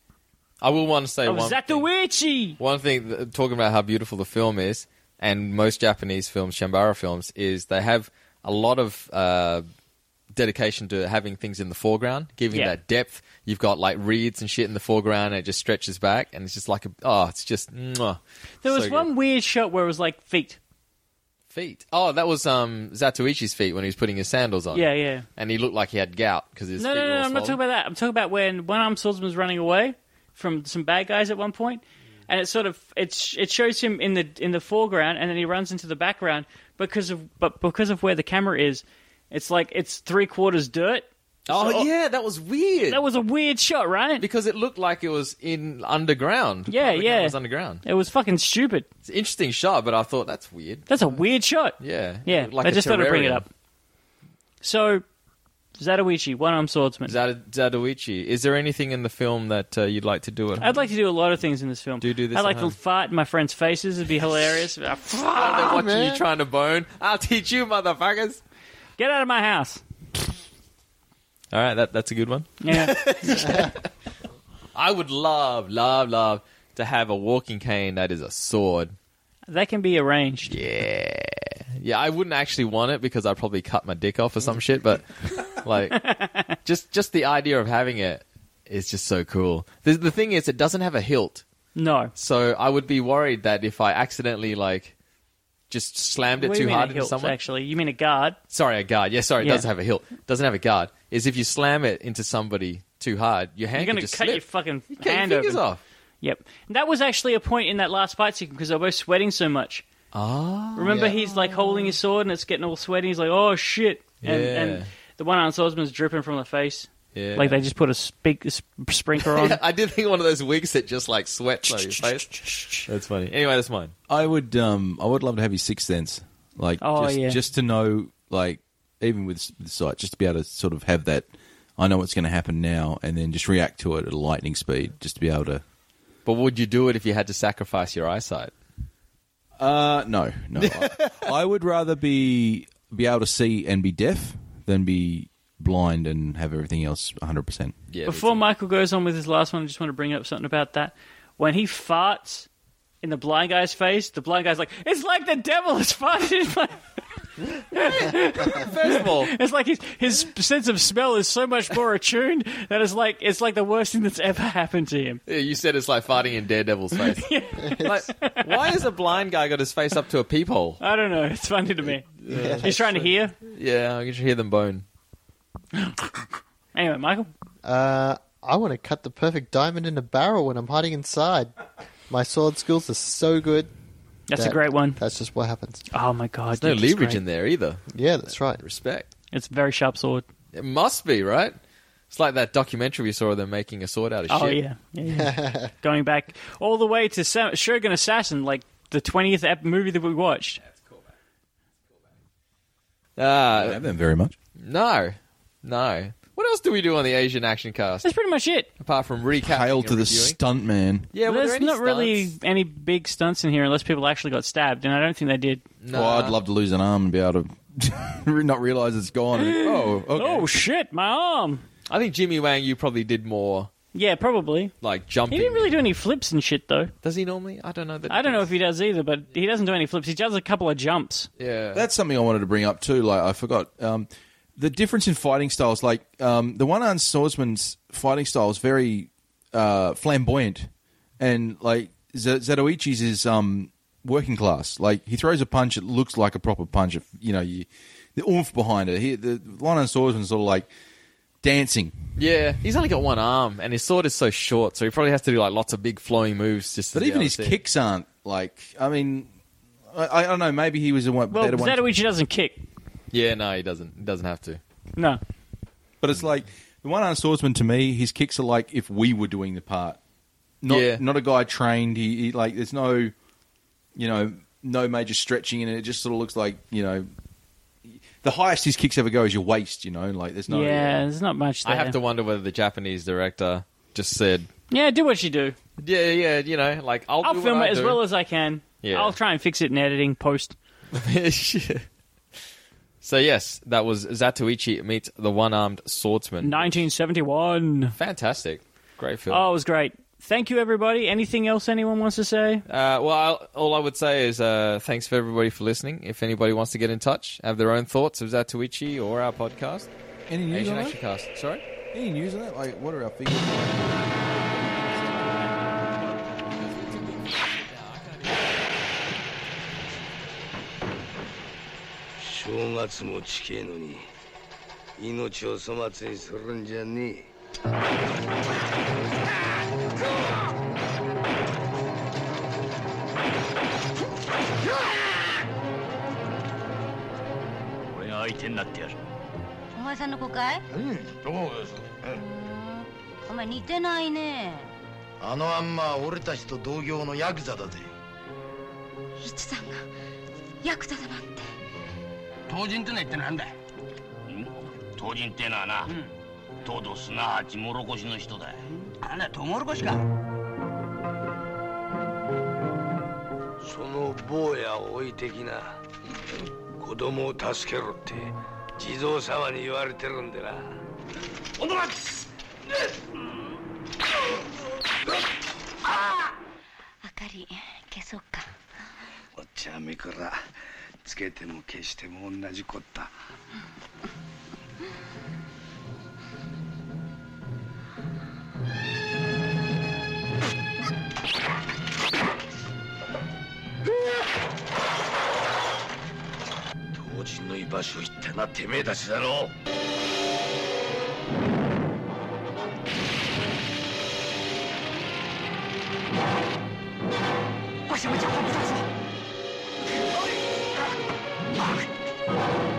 Speaker 3: I will want to say
Speaker 4: of
Speaker 3: one thing.
Speaker 4: Zatoichi.
Speaker 3: One thing, th- talking about how beautiful the film is, and most Japanese films, Shambara films, is they have a lot of uh, dedication to having things in the foreground, giving
Speaker 4: Yeah.
Speaker 3: that depth. You've got like reeds and shit in the foreground, and it just stretches back, and it's just like a oh, it's just mwah.
Speaker 4: There was
Speaker 3: So good.
Speaker 4: one weird shot where it was like feet.
Speaker 3: feet. Oh, that was um Zatoichi's feet when he was putting his sandals on.
Speaker 4: Yeah, yeah.
Speaker 3: and he looked like he had gout because his
Speaker 4: No,
Speaker 3: feet
Speaker 4: no,
Speaker 3: were
Speaker 4: no,
Speaker 3: all
Speaker 4: no I'm not talking
Speaker 3: swollen.
Speaker 4: about that. I'm talking about when one armed swordsman was running away from some bad guys at one point,
Speaker 3: Mm.
Speaker 4: and it sort of it's it shows him in the in the foreground, and then he runs into the background because of but because of where the camera is, it's like it's three quarters dirt.
Speaker 3: Oh
Speaker 4: So-
Speaker 3: yeah, that was weird.
Speaker 4: That was a weird shot, right?
Speaker 3: because it looked like it was in underground.
Speaker 4: Yeah,
Speaker 3: The
Speaker 4: yeah.
Speaker 3: It was underground.
Speaker 4: It was fucking stupid.
Speaker 3: It's an interesting shot, but I thought that's weird.
Speaker 4: That's a weird shot.
Speaker 3: Yeah.
Speaker 4: Yeah,
Speaker 3: Like
Speaker 4: I
Speaker 3: a
Speaker 4: just thought I'd bring it
Speaker 3: terrarium.
Speaker 4: up. So, Zatoichi, one armed swordsman.
Speaker 3: Zad- Zadoichi, is there anything in the film that uh, you'd like to do at
Speaker 4: I'd like to do a lot of things in this film.
Speaker 3: Do you do this
Speaker 4: I'd
Speaker 3: at
Speaker 4: like to
Speaker 3: home?
Speaker 4: fart in my friends' faces. It'd be hilarious. Ah, fuck.
Speaker 3: Oh, they're watching
Speaker 6: man.
Speaker 3: you trying to bone. I'll teach you, motherfuckers.
Speaker 4: Get out of my house.
Speaker 3: All right, that, that's a good one.
Speaker 4: Yeah.
Speaker 3: I would love, love, love to have a walking cane that is a sword.
Speaker 4: that can be arranged.
Speaker 3: Yeah. Yeah, I wouldn't actually want it because I'd probably cut my dick off or some shit, but like just just the idea of having it is just so cool. The, the thing is it doesn't have a hilt.
Speaker 4: No.
Speaker 3: So I would be worried that if I accidentally like just slammed it
Speaker 4: What do you
Speaker 3: too
Speaker 4: mean a
Speaker 3: hard into
Speaker 4: hilt,
Speaker 3: someone.
Speaker 4: actually. You mean a guard?
Speaker 3: Sorry, a guard. Yeah, sorry, it
Speaker 4: Yeah.
Speaker 3: doesn't have a hilt. Doesn't have a guard. Is if you slam it into somebody too hard, your hand
Speaker 4: You're going
Speaker 3: could
Speaker 4: to
Speaker 3: just
Speaker 4: cut
Speaker 3: slip.
Speaker 4: your fucking
Speaker 3: You cut your
Speaker 4: hand
Speaker 3: fingers
Speaker 4: open.
Speaker 3: off.
Speaker 4: Yep. And that was actually a point in that last fight sequence because they were both sweating so much.
Speaker 3: Ah.
Speaker 4: Remember,
Speaker 3: yeah.
Speaker 4: he's like holding his sword and it's getting all sweaty. He's like, "Oh shit!" And,
Speaker 3: Yeah.
Speaker 4: and the one armed swordsman's dripping from the face.
Speaker 3: Yeah.
Speaker 4: Like they just put a, spink- a sp- sprinkler on.
Speaker 3: I did think one of those wigs that just like sweats on your face. That's funny. Anyway, that's mine.
Speaker 5: I would, um, I would love to have his sixth sense, like
Speaker 4: Oh,
Speaker 5: just,
Speaker 4: yeah.
Speaker 5: just to know, like even with s- the sight, just to be able to sort of have that. I know what's going to happen now, and then just react to it at a lightning speed, just to be able to.
Speaker 3: But would you do it if you had to sacrifice your eyesight?
Speaker 5: Uh, no, no, I, I would rather be be able to see and be deaf than be blind and have everything else 100. percent
Speaker 3: Yeah.
Speaker 4: Before Michael goes on with his last one, I just want to bring up something about that. When he farts in the blind guy's face, the blind guy's like, "It's like the devil is farting in my."
Speaker 3: First of all,
Speaker 4: It's like his, his sense of smell is so much more attuned that it's like it's like the worst thing that's ever happened to him.
Speaker 3: Yeah, you said it's like farting in Daredevil's face. like, why has a blind guy got his face up to a peephole?
Speaker 4: I don't know. It's funny to me. He's trying to hear.
Speaker 3: Yeah, I can just hear them bone.
Speaker 4: Anyway, Michael.
Speaker 6: Uh, I want to cut the perfect diamond in a barrel when I'm hiding inside. My sword skills are so good.
Speaker 4: That's
Speaker 6: that-
Speaker 4: a great one.
Speaker 6: That's just what happens.
Speaker 4: Oh my god.
Speaker 3: There's
Speaker 4: dude,
Speaker 3: no
Speaker 4: it's
Speaker 3: leverage
Speaker 4: great.
Speaker 3: in there either.
Speaker 6: Yeah, that's right.
Speaker 3: Respect.
Speaker 4: It's a very sharp sword.
Speaker 3: It must be right. It's like that documentary we saw of them making a sword out of
Speaker 4: Oh
Speaker 3: shit.
Speaker 4: yeah. yeah, yeah. Going back all the way to Sa- Shogun Assassin, like the twentieth ep- movie that we watched.
Speaker 5: I
Speaker 3: Ah,
Speaker 5: have them very much.
Speaker 3: no, no. What else do we do on the Asian Action Cast
Speaker 4: That's pretty much it.
Speaker 3: apart from recapping?
Speaker 5: Hail
Speaker 3: and
Speaker 5: to the
Speaker 3: reviewing?
Speaker 5: stunt man.
Speaker 3: Yeah, were there
Speaker 4: There's
Speaker 3: any
Speaker 4: not really
Speaker 3: stunts?
Speaker 4: any big stunts in here unless people actually got stabbed, and I don't think they did.
Speaker 3: No.
Speaker 5: Oh, I'd love to lose an arm and be able to not realize it's gone. And, oh, okay.
Speaker 4: Oh shit, my arm.
Speaker 3: I think Jimmy Wang, you probably did more
Speaker 4: Yeah, probably.
Speaker 3: like jumping.
Speaker 4: He didn't really do any flips and shit though.
Speaker 3: Does he normally? I don't know. That
Speaker 4: I don't know if he does either, but he doesn't do any flips. He does a couple of jumps.
Speaker 3: Yeah,
Speaker 5: That's something I wanted to bring up too. Like I forgot um, the difference in fighting styles. Like um, the one-armed swordsman's fighting style is very uh, flamboyant, and like Z- Zatoichi's is um, working class. Like he throws a punch, it looks like a proper punch. If, you know, you, the oomph behind it. He, the one-armed swordsman's sort of like dancing.
Speaker 3: Yeah, he's only got one arm, and his sword is so short, so he probably has to do like lots of big flowing moves. Just to
Speaker 5: But
Speaker 3: be
Speaker 5: even
Speaker 3: able
Speaker 5: his
Speaker 3: to-
Speaker 5: kicks aren't like. I mean, I, I don't know. Maybe he was a one,
Speaker 4: Well,
Speaker 5: better one.
Speaker 4: Zatoichi doesn't kick.
Speaker 3: Yeah, no, he doesn't. He doesn't have to.
Speaker 4: No.
Speaker 5: But it's like the one armed swordsman to me, his kicks are like if we were doing the part. Not
Speaker 3: Yeah.
Speaker 5: not a guy trained. He, he like there's no, you know, no major stretching in it. It just sort of looks like you know, the highest his kicks ever go is your waist. You know, like there's no.
Speaker 4: yeah, there's not much there.
Speaker 3: I have to wonder whether the Japanese director just said,
Speaker 4: Yeah, do what you do.
Speaker 3: "Yeah, yeah, you know, like I'll,
Speaker 4: I'll
Speaker 3: do
Speaker 4: film
Speaker 3: what
Speaker 4: it as well as I can.
Speaker 3: Yeah.
Speaker 4: I'll try and fix it in editing post.
Speaker 3: as." Shit. so yes, that was Zatoichi meets the one-armed swordsman.
Speaker 4: 1971.
Speaker 3: Fantastic, great film.
Speaker 4: Oh, it was great. Thank you, everybody. Anything else anyone wants to say?
Speaker 3: Uh, well, I'll, all I would say is uh, thanks for everybody for listening. If anybody wants to get in touch, have their own thoughts of Zatoichi or our podcast,
Speaker 5: Any news
Speaker 3: Asian
Speaker 5: on
Speaker 3: Action
Speaker 5: that?
Speaker 3: Cast. Sorry.
Speaker 5: Any news on that? Like, what are our figures?
Speaker 7: お前さんの子かいお前似てないね
Speaker 8: あのあんま俺たちと同業のヤクザだぜ
Speaker 7: リッチさんがヤクザだなんて
Speaker 9: 当人ってのは一体なんだん当人ってのはな、東堂すなわちもろこしの人だあんなとうもろこしか
Speaker 8: その坊や老い的な子供を助けろって地蔵様に言われてるんでな
Speaker 9: おのらくす
Speaker 7: 明かり消そうか
Speaker 8: おっちゃめからつけても消しても同じこった当人の居場所を言ったなてめえたちだろう
Speaker 9: お